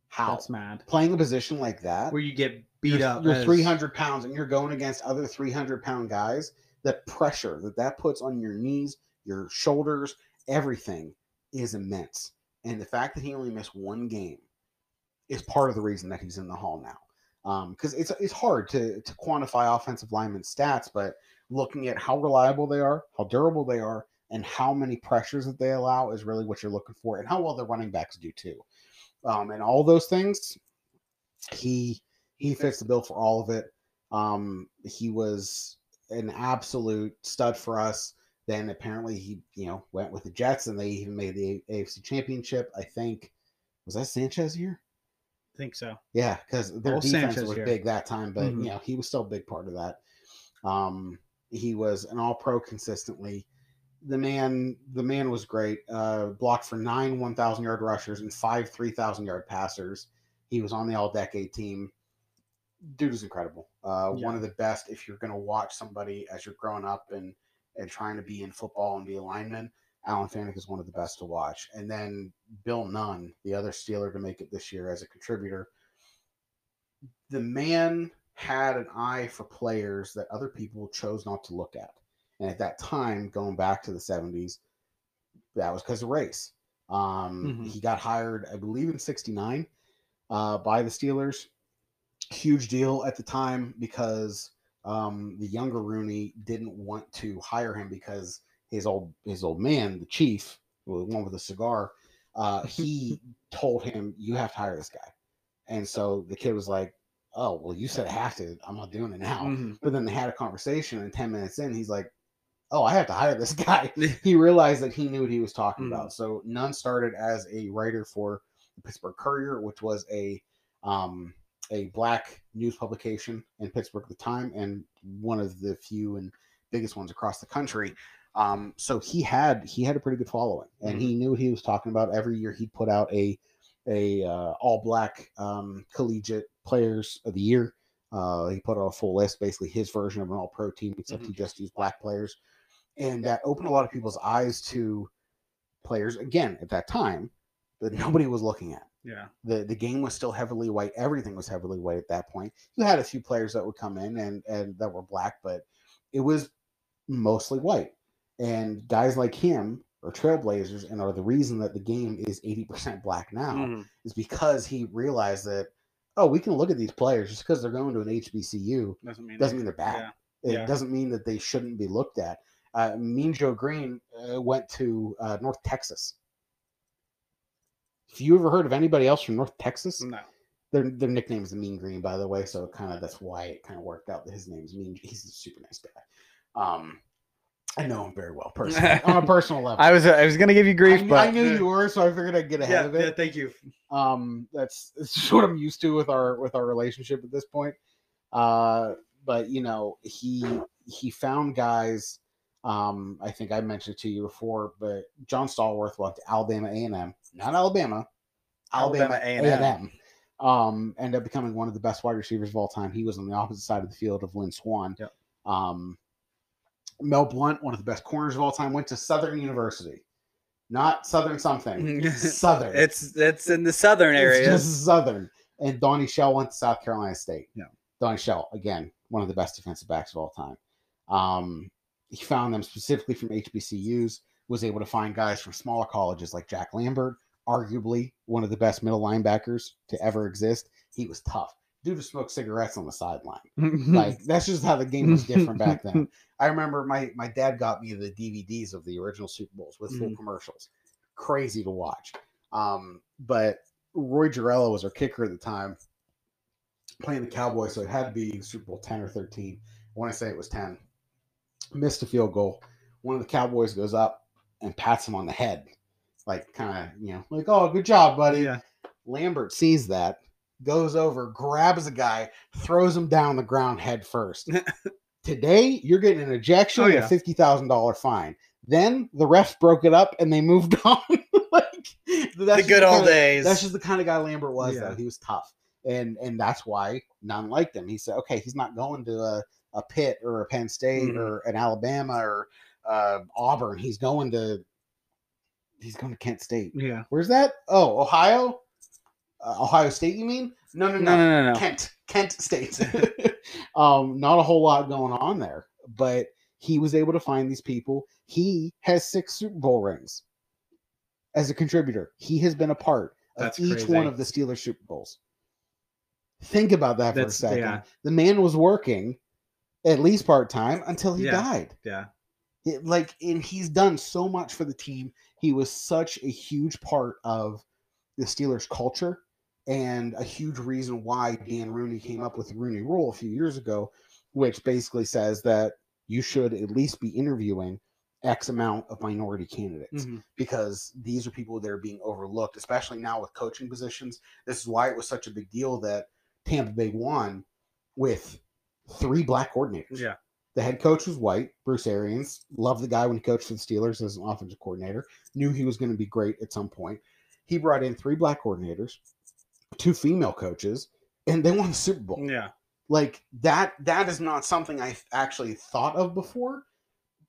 How
That's mad.
playing a position like that?
Where you get beat
you're,
up.
You're
as-
300 pounds, and you're going against other 300 pound guys. The pressure that that puts on your knees, your shoulders, everything is immense. And the fact that he only missed one game is part of the reason that he's in the hall now. Because it's it's hard to to quantify offensive lineman stats, but looking at how reliable they are, how durable they are, and how many pressures that they allow is really what you're looking for, and how well the running backs do too. Um, and all those things, he he fits the bill for all of it. Um, he was an absolute stud for us. Then apparently he, you know, went with the Jets and they even made the A- AFC Championship. I think was that Sanchez year?
I think so.
Yeah, because their
Old
defense
Sanchez
was
year.
big that time, but
Mhm.
you know he was still a big part of that. Um, he was an All Pro consistently. the man the man was great. Uh, blocked for nine one thousand yard rushers and five three thousand yard passers. He was on the all decade team. Dude is incredible. Uh,
Yeah.
One of the best. If you're going to watch somebody as you're growing up and and trying to be in football and be a lineman, Alan Faneck is one of the best to watch. And then Bill Nunn, the other Steeler to make it this year as a contributor. The man had an eye for players that other people chose not to look at. And at that time, going back to the 70s, that was because of race. Um,
Mhm.
He got hired, I believe, in 69 uh, by the Steelers. Huge deal at the time because um, the younger Rooney didn't want to hire him because his old his old man, the chief, well, the one with the cigar, uh, he told him, "You have to hire this guy." And so the kid was like, "Oh, well, you said I have to. I'm not doing it now."
Mhm.
But then they had a conversation, and ten minutes in, he's like, "Oh, I have to hire this guy."
Yeah.
he realized that he knew what he was talking
Mhm.
about. So Nunn started as a writer for the Pittsburgh Courier, which was a um, a black news publication in Pittsburgh at the time, and one of the few and biggest ones across the country. Um, so he had he had a pretty good following, and he knew what he was talking about. Every year he put out a a uh, all black um, collegiate players of the year. Uh, he put out a full list, basically his version of an all pro team, except he just used black players, and that opened a lot of people's eyes to players again at that time that nobody was looking at
Yeah.
the the game was still heavily white. Everything was heavily white at that point. You had a few players that would come in and and that were black, but it was mostly white. And guys like him are trailblazers and are the reason that the game is eighty percent black now
Mhm.
is because he realized that oh we can look at these players just because they're going to an HBCU
Doesn't mean
doesn't mean they're bad.
Yeah.
It
Yeah.
doesn't mean that they shouldn't be looked at. Uh, mean Joe Green uh, went to uh, North Texas. If you ever heard of anybody else from North Texas,
No.
their their nickname is the Mean Green, by the way. So kind of that's why it kind of worked out that his name's Mean. He's a super nice guy. Um, I know him very well personally on a personal level.
I was I was gonna give you
I
grief,
kn-
but
I knew you were, so I figured I'd get ahead
Yeah,
of it
yeah, thank you.
um that's it's just what i'm used to with our with our relationship at this point uh but you know he he found guys um i think i mentioned it to you before but john stallworth went to alabama a&m not alabama alabama,
Alabama
a&m um ended up becoming one of the best wide receivers of all time he was on the opposite side of the field of lynn swan
Yep.
um mel blunt one of the best corners of all time went to southern university not southern something southern
it's it's in the southern
it's
area.
just Southern. And Donnie Shell went to South Carolina State.
Yeah.
Donnie Shell, again, one of the best defensive backs of all time. Um, he found them specifically from HBCUs, was able to find guys from smaller colleges like Jack Lambert, arguably one of the best middle linebackers to ever exist. He was tough. Dude who smoked cigarettes on the sideline.
Mm-hmm.
Like that's just how the game was different back then. I remember my my dad got me the DVDs of the original Super Bowls with full
Mhm.
commercials. Crazy to watch. Um, but Roy Girello was our kicker at the time, playing the Cowboys, so it had to be Super Bowl ten or thirteen. I want to say it was ten. Missed a field goal. One of the Cowboys goes up and pats him on the head, like kind of you know, like oh good job, buddy.
yeah.
Lambert sees that, goes over, grabs a guy, throws him down the ground head first. Today, you're getting an ejection
Oh,
and
yeah.
a fifty thousand dollar fine. Then the refs broke it up and they moved on. like that's
The
just
good
kinda-
old days.
That's just the kind of guy Lambert was.
Yeah.
Though he was tough, and and that's why none liked him. He said, okay, he's not going to a, a Pitt or a Penn State
Mhm.
or an Alabama or uh, Auburn. He's going to he's going to Kent State.
yeah.
Where's that? Oh, Ohio? Uh, Ohio State, you mean? No, no,
No,
no.
no, no, no.
Kent. Kent State. um, not a whole lot going on there, but he was able to find these people. He has six Super Bowl rings as a contributor. He has been a part of
That's
each
crazy.
one of the Steelers Super Bowls. Think about that for
That's-
a second.
yeah.
The man was working at least part time until he
Yeah.
died.
Yeah.
It- like and he's done so much for the team he was such a huge part of the steelers culture and a huge reason why dan rooney came up with the rooney rule a few years ago which basically says that you should at least be interviewing x amount of minority candidates
Mhm.
because these are people that are being overlooked, especially now with coaching positions. This is why it was such a big deal that Tampa Bay won with three black coordinators.
Yeah.
The head coach was white, Bruce Arians. Loved the guy when he coached for the Steelers as an offensive coordinator. Knew he was going to be great at some point. He brought in three black coordinators, two female coaches, and they won the Super Bowl.
Yeah.
Like that that is not something I actually thought of before.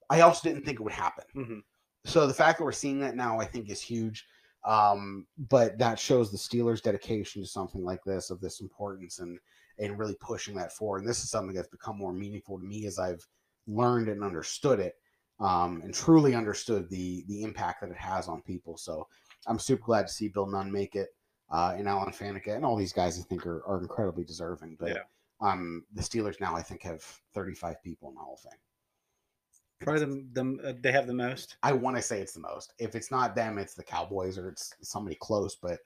I also didn't think it would happen.
Mhm.
So the fact that we're seeing that now, I think, is huge. Um, but that shows the Steelers' dedication to something like this of this importance and and really pushing that forward. And this is something that's become more meaningful to me as I've learned and understood it, um, and truly understood the the impact that it has on people. So I'm super glad to see Bill Nunn make it, uh, and Alan Faneca, and all these guys. I think are, are incredibly deserving. But
Yeah.
um, the Steelers now, I think, have 35 people in the Hall of Fame.
Probably the, the uh, they have the most.
I want to say it's the most. If it's not them, it's the Cowboys or it's somebody close. But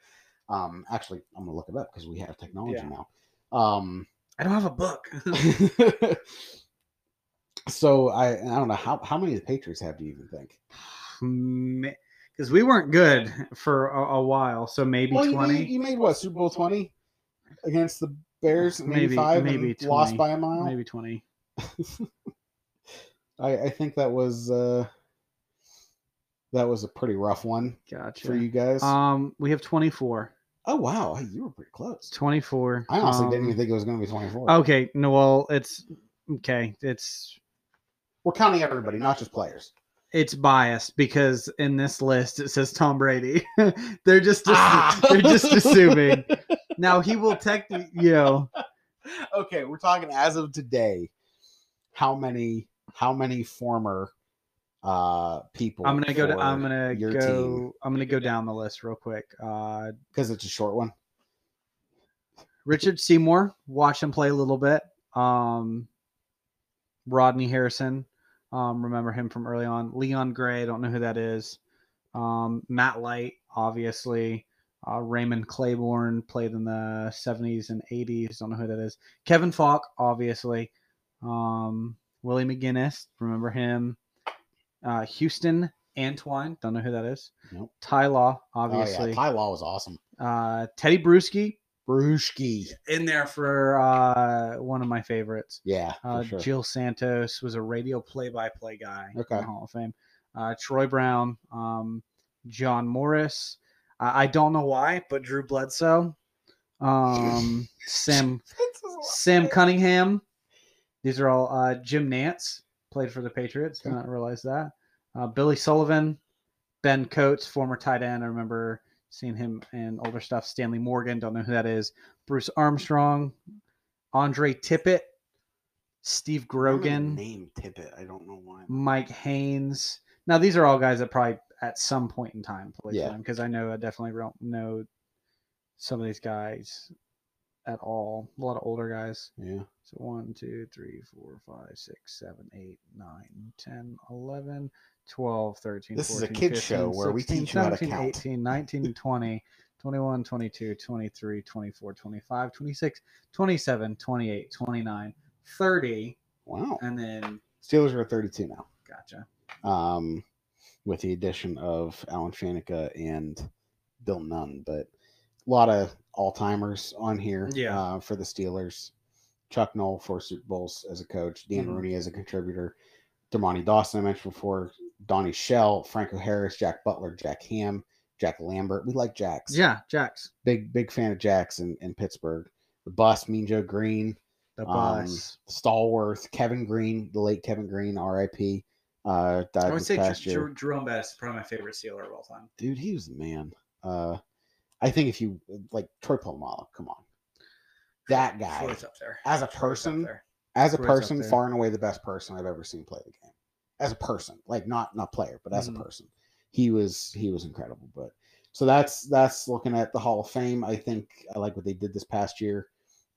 um, actually, I'm gonna look it up because we have technology
Yeah.
now. Um,
I don't have a book.
so I I don't know how how many the Patriots have. Do you even think?
Because we weren't good for a, a while, so maybe
well, you
twenty.
made, you made what Super Bowl twenty against the Bears in
Maybe-
maybe, '85
maybe
and lost
20,
by a mile.
Maybe twenty.
I, I think that was uh, that was a pretty rough one
Gotcha.
for you guys.
Um, we have 24.
oh wow, you were pretty close.
24.
I honestly
um,
didn't even think it was going to be 24.
Okay, no, well, it's okay. It's
We're counting everybody, not just players.
it's biased because in this list it says Tom Brady. they're just assu-
Ah!
they're just assuming. Now he will technically, you know,
Okay, we're talking as of today. How many? How many former uh people?
I'm gonna go to
for
I'm gonna
your
go
team?
I'm gonna go down the list real quick. Uh,
because it's a short one.
Richard Seymour, watch him play a little bit. Um, Rodney Harrison, um, remember him from early on. Leon Gray, I don't know who that is. Um, Matt Light, obviously. Uh, Raymond Claiborne played in the 70s and 80s. Don't know who that is. Kevin Falk, obviously. Um, Willie McGinnis, remember him. Uh, Houston Antoine, don't know who that is.
Nope.
Ty Law,
Oh
obviously.
yeah, Ty Law was awesome.
uh, Teddy Bruschi,
Brewski.
in there for uh, one of my favorites.
Yeah, for
Uh,
sure.
Jill Santos was a radio play-by-play guy in
Okay.
the Hall of Fame. Uh, Troy Brown, um, John Morris. I I don't know why, but Drew Bledsoe, um, Sam
This is-
Sam Cunningham. These are all uh, Jim Nance played for the Patriots. Did
Okay.
not realize that. Uh, Billy Sullivan, Ben Coates, former tight end. I remember seeing him in older stuff. Stanley Morgan, don't know who that is. Bruce Armstrong, Andre Tippett, Steve
I'm gonna
Grogan,
Name Tippett. I don't know why.
Mike Haynes. Now these are all guys that probably at some point in time played
Yeah.
for them because I know I definitely don't know some of these guys at all. A lot of older guys.
Yeah.
So 1, 2, 3, 4, 5, 6, 7, 8, 9, 10, 11, 12, 13,
This is a
14,
kid's show
15,
where we
16,
teach you how to
17,
count.
18, 19, 20, 21, 22, 23, 24, 25, 26, 27, 28, 29, 30,
Wow.
and then
Steelers are at 32 now.
gotcha.
um, with the addition of Alan Faneca and Bill Nunn. But a lot of all timers on here
Yeah.
uh, for the Steelers. Chuck Knoll, four Super Bowls as a coach, Dan
Mhm.
Rooney as a contributor, Damani Dawson, I mentioned before, Donnie Shell, Franco Harris, Jack Butler, Jack Ham, Jack Lambert. We like Jacks.
Yeah, Jax.
Big, big fan of Jacks in, in Pittsburgh. The bus, Mean Joe Green,
The
Um,
bus.
Stallworth, Kevin Green, the late Kevin Green, RIP, uh, died
I would
this
say
past year.
Jer- Jerome Bettis is probably my favorite Steeler of all time.
dude, he was the man. Uh, I think if you uh, like Troy Polamalu, come on, that guy
Troy's up there.
as a
Troy's up
person,
there.
as a
Troy's up
person,
there.
far and away the best person I've ever seen play the game. As a person, like not not player, but as
Mhm.
a person, he was he was incredible. But so that's that's looking at the Hall of Fame. I think I like what they did this past year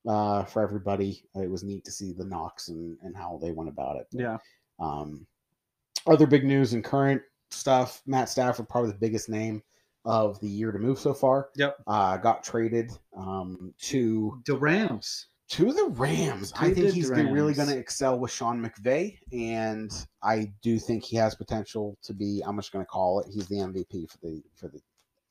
uh, for everybody. It was neat to see the knocks and and how they went about it. But
Yeah.
um, other big news and current stuff: Matt Stafford, probably the biggest name of the year to move so far.
Yep.
Uh, got traded um, to
The Rams.
to the Rams. I
To
think
the
he's gonna- really
Rams.
going to excel with Sean McVay, and I do think he has potential to be. I'm just going to call it. He's the MVP for the for the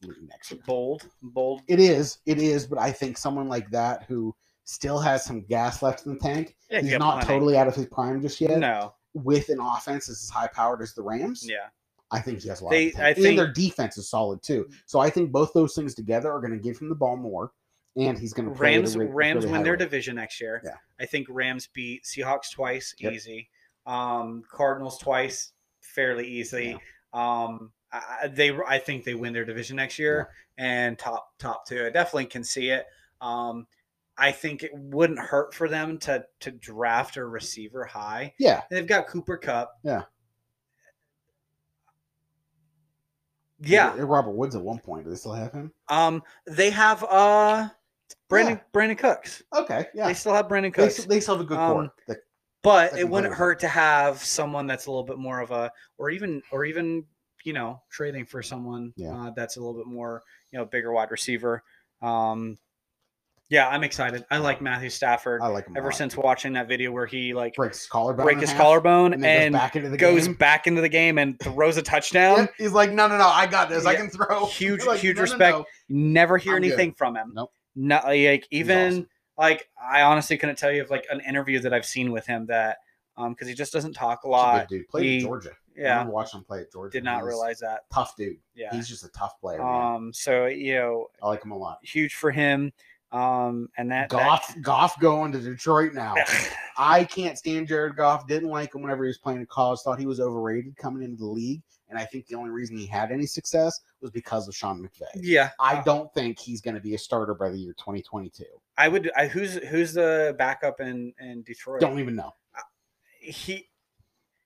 league next year.
Bold. Bold
It is, it is, but I think someone like that who still has some gas left in the tank.
Yeah,
He's
get
not
plenty.
totally out of his prime just yet.
No.
With an offense that's as high powered as the Rams,
Yeah.
I think he has a lot.
They-
of
I
I
think- Mm.
and their defense is solid too. So I think both those things together are going to give him the ball more, and he's going to play at a
Rams
re-
Rams
really
win
high
their
rate.
division next year.
Yeah.
I think Rams beat Seahawks twice,
Yep.
easy. Um, Cardinals twice, fairly easy.
Yeah.
Um, I, I- they I think they win their division next year and top top two. I definitely can see it. Um, I think it wouldn't hurt for them to to draft a receiver high.
Yeah,
And they've got Cooper Cup.
Yeah.
Yeah.
They- Robert Woods at one point. Do they still have him?
Um, they have uh Brandon Brandon Cooks.
Okay, yeah.
They still have Brandon
They,
Cooks,
s- they still have a good
Um,
core. That-
but
that
it
can play
wouldn't
with
hurt to have someone that's a little bit more of a, or even, or even you know, trading for someone
Yeah.
uh, that's a little bit more, you know, bigger wide receiver. Um, yeah, I'm excited. I
Uh,
like Matthew Stafford.
I like him a
Ever
lot.
since watching that video where he like
breaks his collarbone,
break
in
his
half, and,
collarbone and,
then goes back into the
goes,
game.
back into the game and throws a touchdown,
Yep, He's like, no, no, no, I got this. I
Yeah.
can throw.
Huge-
Like,
huge
"No, no,
respect."
no."
never hear
I'm good.
anything from him.
Nope.
Not like even
awesome.
like I honestly couldn't tell you of like an interview that I've seen with him that um because he just doesn't talk
He's
a
a
lot.
good dude. Played
He-
at Georgia. I
Yeah,
remember watching him play at Georgia.
did not
He's
realize that.
Tough dude.
Yeah.
He's just a tough player. man.
Um. So you know,
I like him a lot.
huge for him. Um. And that.
Goff, Goff going to Detroit now.
That,
I can't stand Jared Goff. Didn't like him whenever he was playing in college. Thought he was overrated coming into the league. And I think the only reason he had any success was because of Sean McVay.
yeah.
I don't think he's going to be a starter by the year 2022.
I would. I, who's who's the backup in in Detroit?
Don't even know.
He.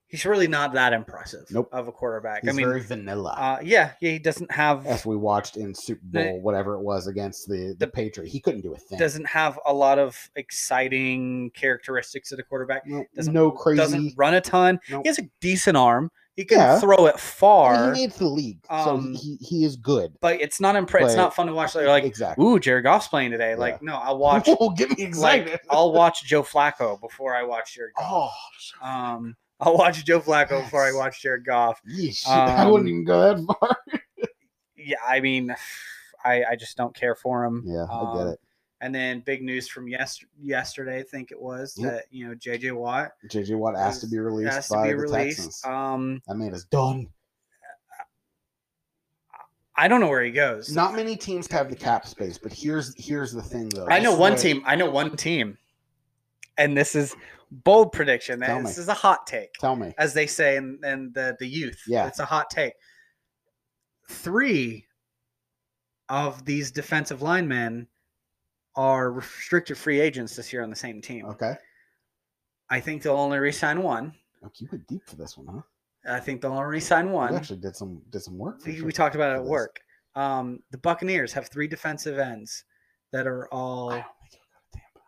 He's really not that impressive
Nope.
of a quarterback.
He's
I mean,
very vanilla.
uh, yeah, yeah, he doesn't have
as we watched in Super
The-
Bowl, whatever it was against the the,
the-
Patriot, he couldn't do a thing.
doesn't have a lot of exciting characteristics of the quarterback.
no,
doesn't-
no crazy.
Doesn't run a ton.
Nope.
He has a decent arm. He can
Yeah.
throw it
I mean,
far,
he made it to the league,
um,
so he, he he is good.
but it's not impre- It's
But-
not fun to watch. They're like,
exactly.
"Ooh, Jared Goff's playing today." Like, no, I'll watch.
Oh, get me excited.
Like, I'll watch Joe Flacco before I watch Jared Goff.
oh,
Um, I'll watch Joe Flacco before I
Yes.
watch Jared Goff.
yeesh, I
um,
wouldn't even go that far.
Yeah, I mean, I, I just don't care for him.
Yeah, I
Um,
get it.
And then big news from yes- yesterday, I think it was
Yep.
that you know JJ Watt
JJ Watt asked to be released
has to
by
be
the
released.
Texans.
Um,
that man is done.
I don't know where he goes.
Not many teams have the cap space, but here's here's the thing though.
I know
This is
one
what-
team. I know one team, and this is bold prediction.
Tell
That this
me.
is a hot take,
Tell me,
as they say in, in the the youth.
Yeah.
it's a hot take. Three of these defensive linemen are restricted free agents this year on the same team.
okay?
I think they'll only resign one.
Okay, you went deep for this one, huh?
I think they'll only resign
You
one.
actually did some did some work. for
We,
sure.
we talked about
for
it at
this.
work. Um, the Buccaneers have three defensive ends that are
I
all.
don't think he'll go to Tampa.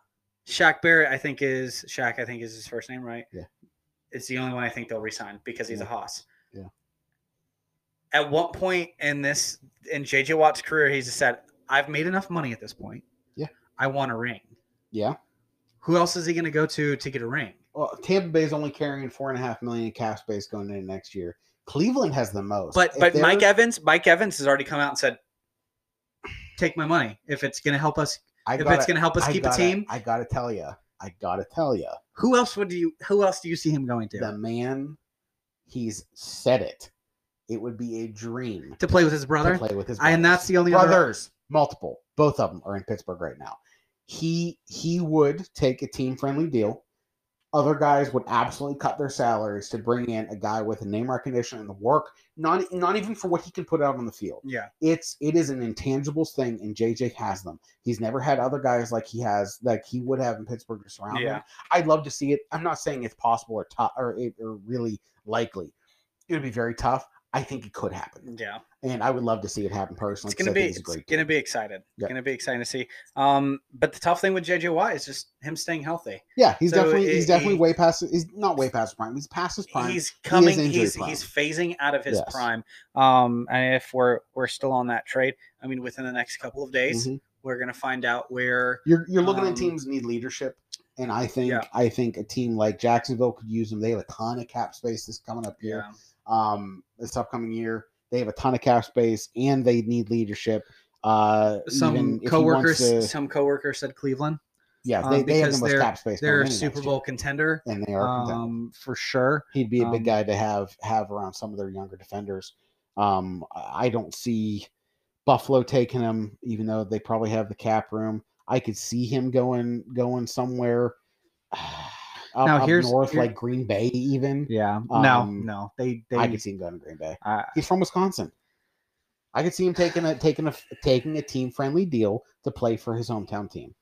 Shaq Barrett, I think is Shaq. I think is his first name, right?
Yeah.
It's the only one I think they'll resign because he's a
Yeah.
hoss.
Yeah.
At what point in this in JJ Watt's career, he's just said, "I've made enough money at this point.
Yeah.
I want a ring.
Yeah.
Who else is he going to go to to get a ring?
Well, Tampa Bay's only carrying four and a half million in cap space going into next year. Cleveland has the most.
But
If
but
they're-
Mike Evans, Mike Evans has already come out and said, "Take my money if it's going to help us.
I
If
gotta,
it's going to help us
I
keep
gotta-
a team,
I gotta tell you, I gotta tell you,
who else would you? Who else do you see him going to
the man, he's said it. It would be a dream
to play with his brother?
to play with his
I- and that's the only other-
brothers, multiple. Both of them are in Pittsburgh right now. He he would take a team friendly deal. Other guys would absolutely cut their salaries to bring in a guy with a name recognition and the work, not not even for what he can put out on the field.
Yeah,
it's it is an intangibles thing, and JJ has them. He's never had other guys like he has, like he would have in Pittsburgh to surround
Yeah.
him. I'd love to see it. I'm not saying it's possible or top or, it- or really likely. It would be very tough. I think it could happen,
yeah.
and I would love to see it happen personally.
it's
'cause
gonna
I
be
think he's
it's
a great
gonna
dude.
be excited.
Yeah.
Gonna be exciting to see. Um, but the tough thing with JJ Watt is just him staying healthy.
yeah. He's
so
definitely
it-
he's definitely
he-
way past. He's not way past his prime. He's past his prime.
He's coming.
injury
he's
prone.
he's phasing out of his
Yes.
prime. Um, and if we're we're still on that trade, I mean, within the next couple of days,
Mhm.
we're gonna find out where.
You're you're looking
Um,
at teams need leadership. And I think
Yeah.
I think a team like Jacksonville could use him. They have a ton of cap space this coming up year.
Yeah.
um, this upcoming year. They have a ton of cap space and they need leadership. Uh,
Some
even if he wants
coworkers,
to-
some coworkers said Cleveland.
Yeah,
Um,
they, they have
because
the most
they're-
cap space.
They're
going
a
into
Super
next
Bowl contender,
year, and they are contenders.
um, for sure.
He'd be a big
um,
guy to have have around some of their younger defenders. Um, I I don't see Buffalo taking him, even though they probably have the cap room. I could see him going going somewhere up,
Now,
up
here's-
north,
here-
like Green Bay. Even
Yeah. no,
Um,
no, they uh,
I
they.
could see him going to Green Bay.
I,
He's from Wisconsin. I could see him taking a taking a taking a team friendly deal to play for his hometown team.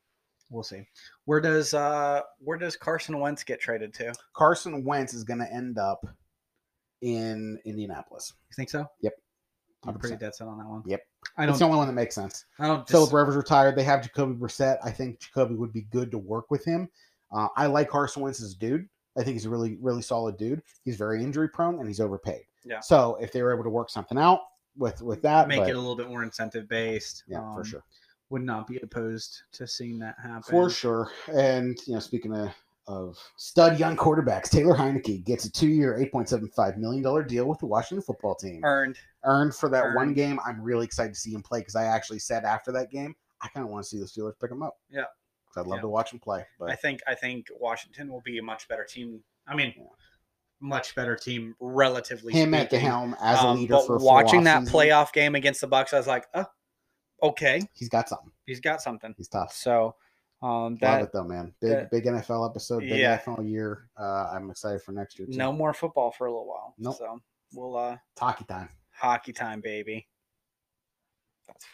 we'll see. Where does uh where does Carson Wentz get traded to? You
Carson Wentz is going to end up in Indianapolis.
think so? I'm
100%.
pretty dead set on that one.
Yep.
I
It's
don't.
the only one that makes sense.
I don't. Dis-
Philip Rivers retired. They have Jacoby Brissett. I think Jacoby would be good to work with him. Uh, I like Carson Wentz as a dude. I think he's a really, really solid dude. He's very injury prone and he's overpaid.
Yeah.
So if they were able to work something out with with that,
make
but-
it a little bit more incentive based.
yeah, for
um,
sure,
Would not be opposed to seeing that happen.
for sure. And you know, speaking of, of stud young quarterbacks, Taylor Heineke gets a two year, eight point seven five million dollar deal with the Washington football team.
Earned.
Earned for that one
earned.
game. I'm really excited to see him play because I actually said after that game, I kind of want to see the Steelers pick him up.
Yeah.
'Cause I'd love
Yeah.
to watch him play. But
I think I think Washington will be a much better team. I mean,
Yeah.
much better team relatively.
him at the
speaking.
helm as a
Um,
leader
but
for a full
watching that
offseason,
playoff game against the Bucks, I was like, oh, okay,
he's got something.
he's got something.
He's tough.
So um,
Love
that
it though, man. Big
that-
big NFL episode. Big
Yeah.
NFL year. Uh, I'm excited for next year. Too.
no more football for a little while.
Nope.
So we'll uh,
it's hockey time.
hockey time, baby. That's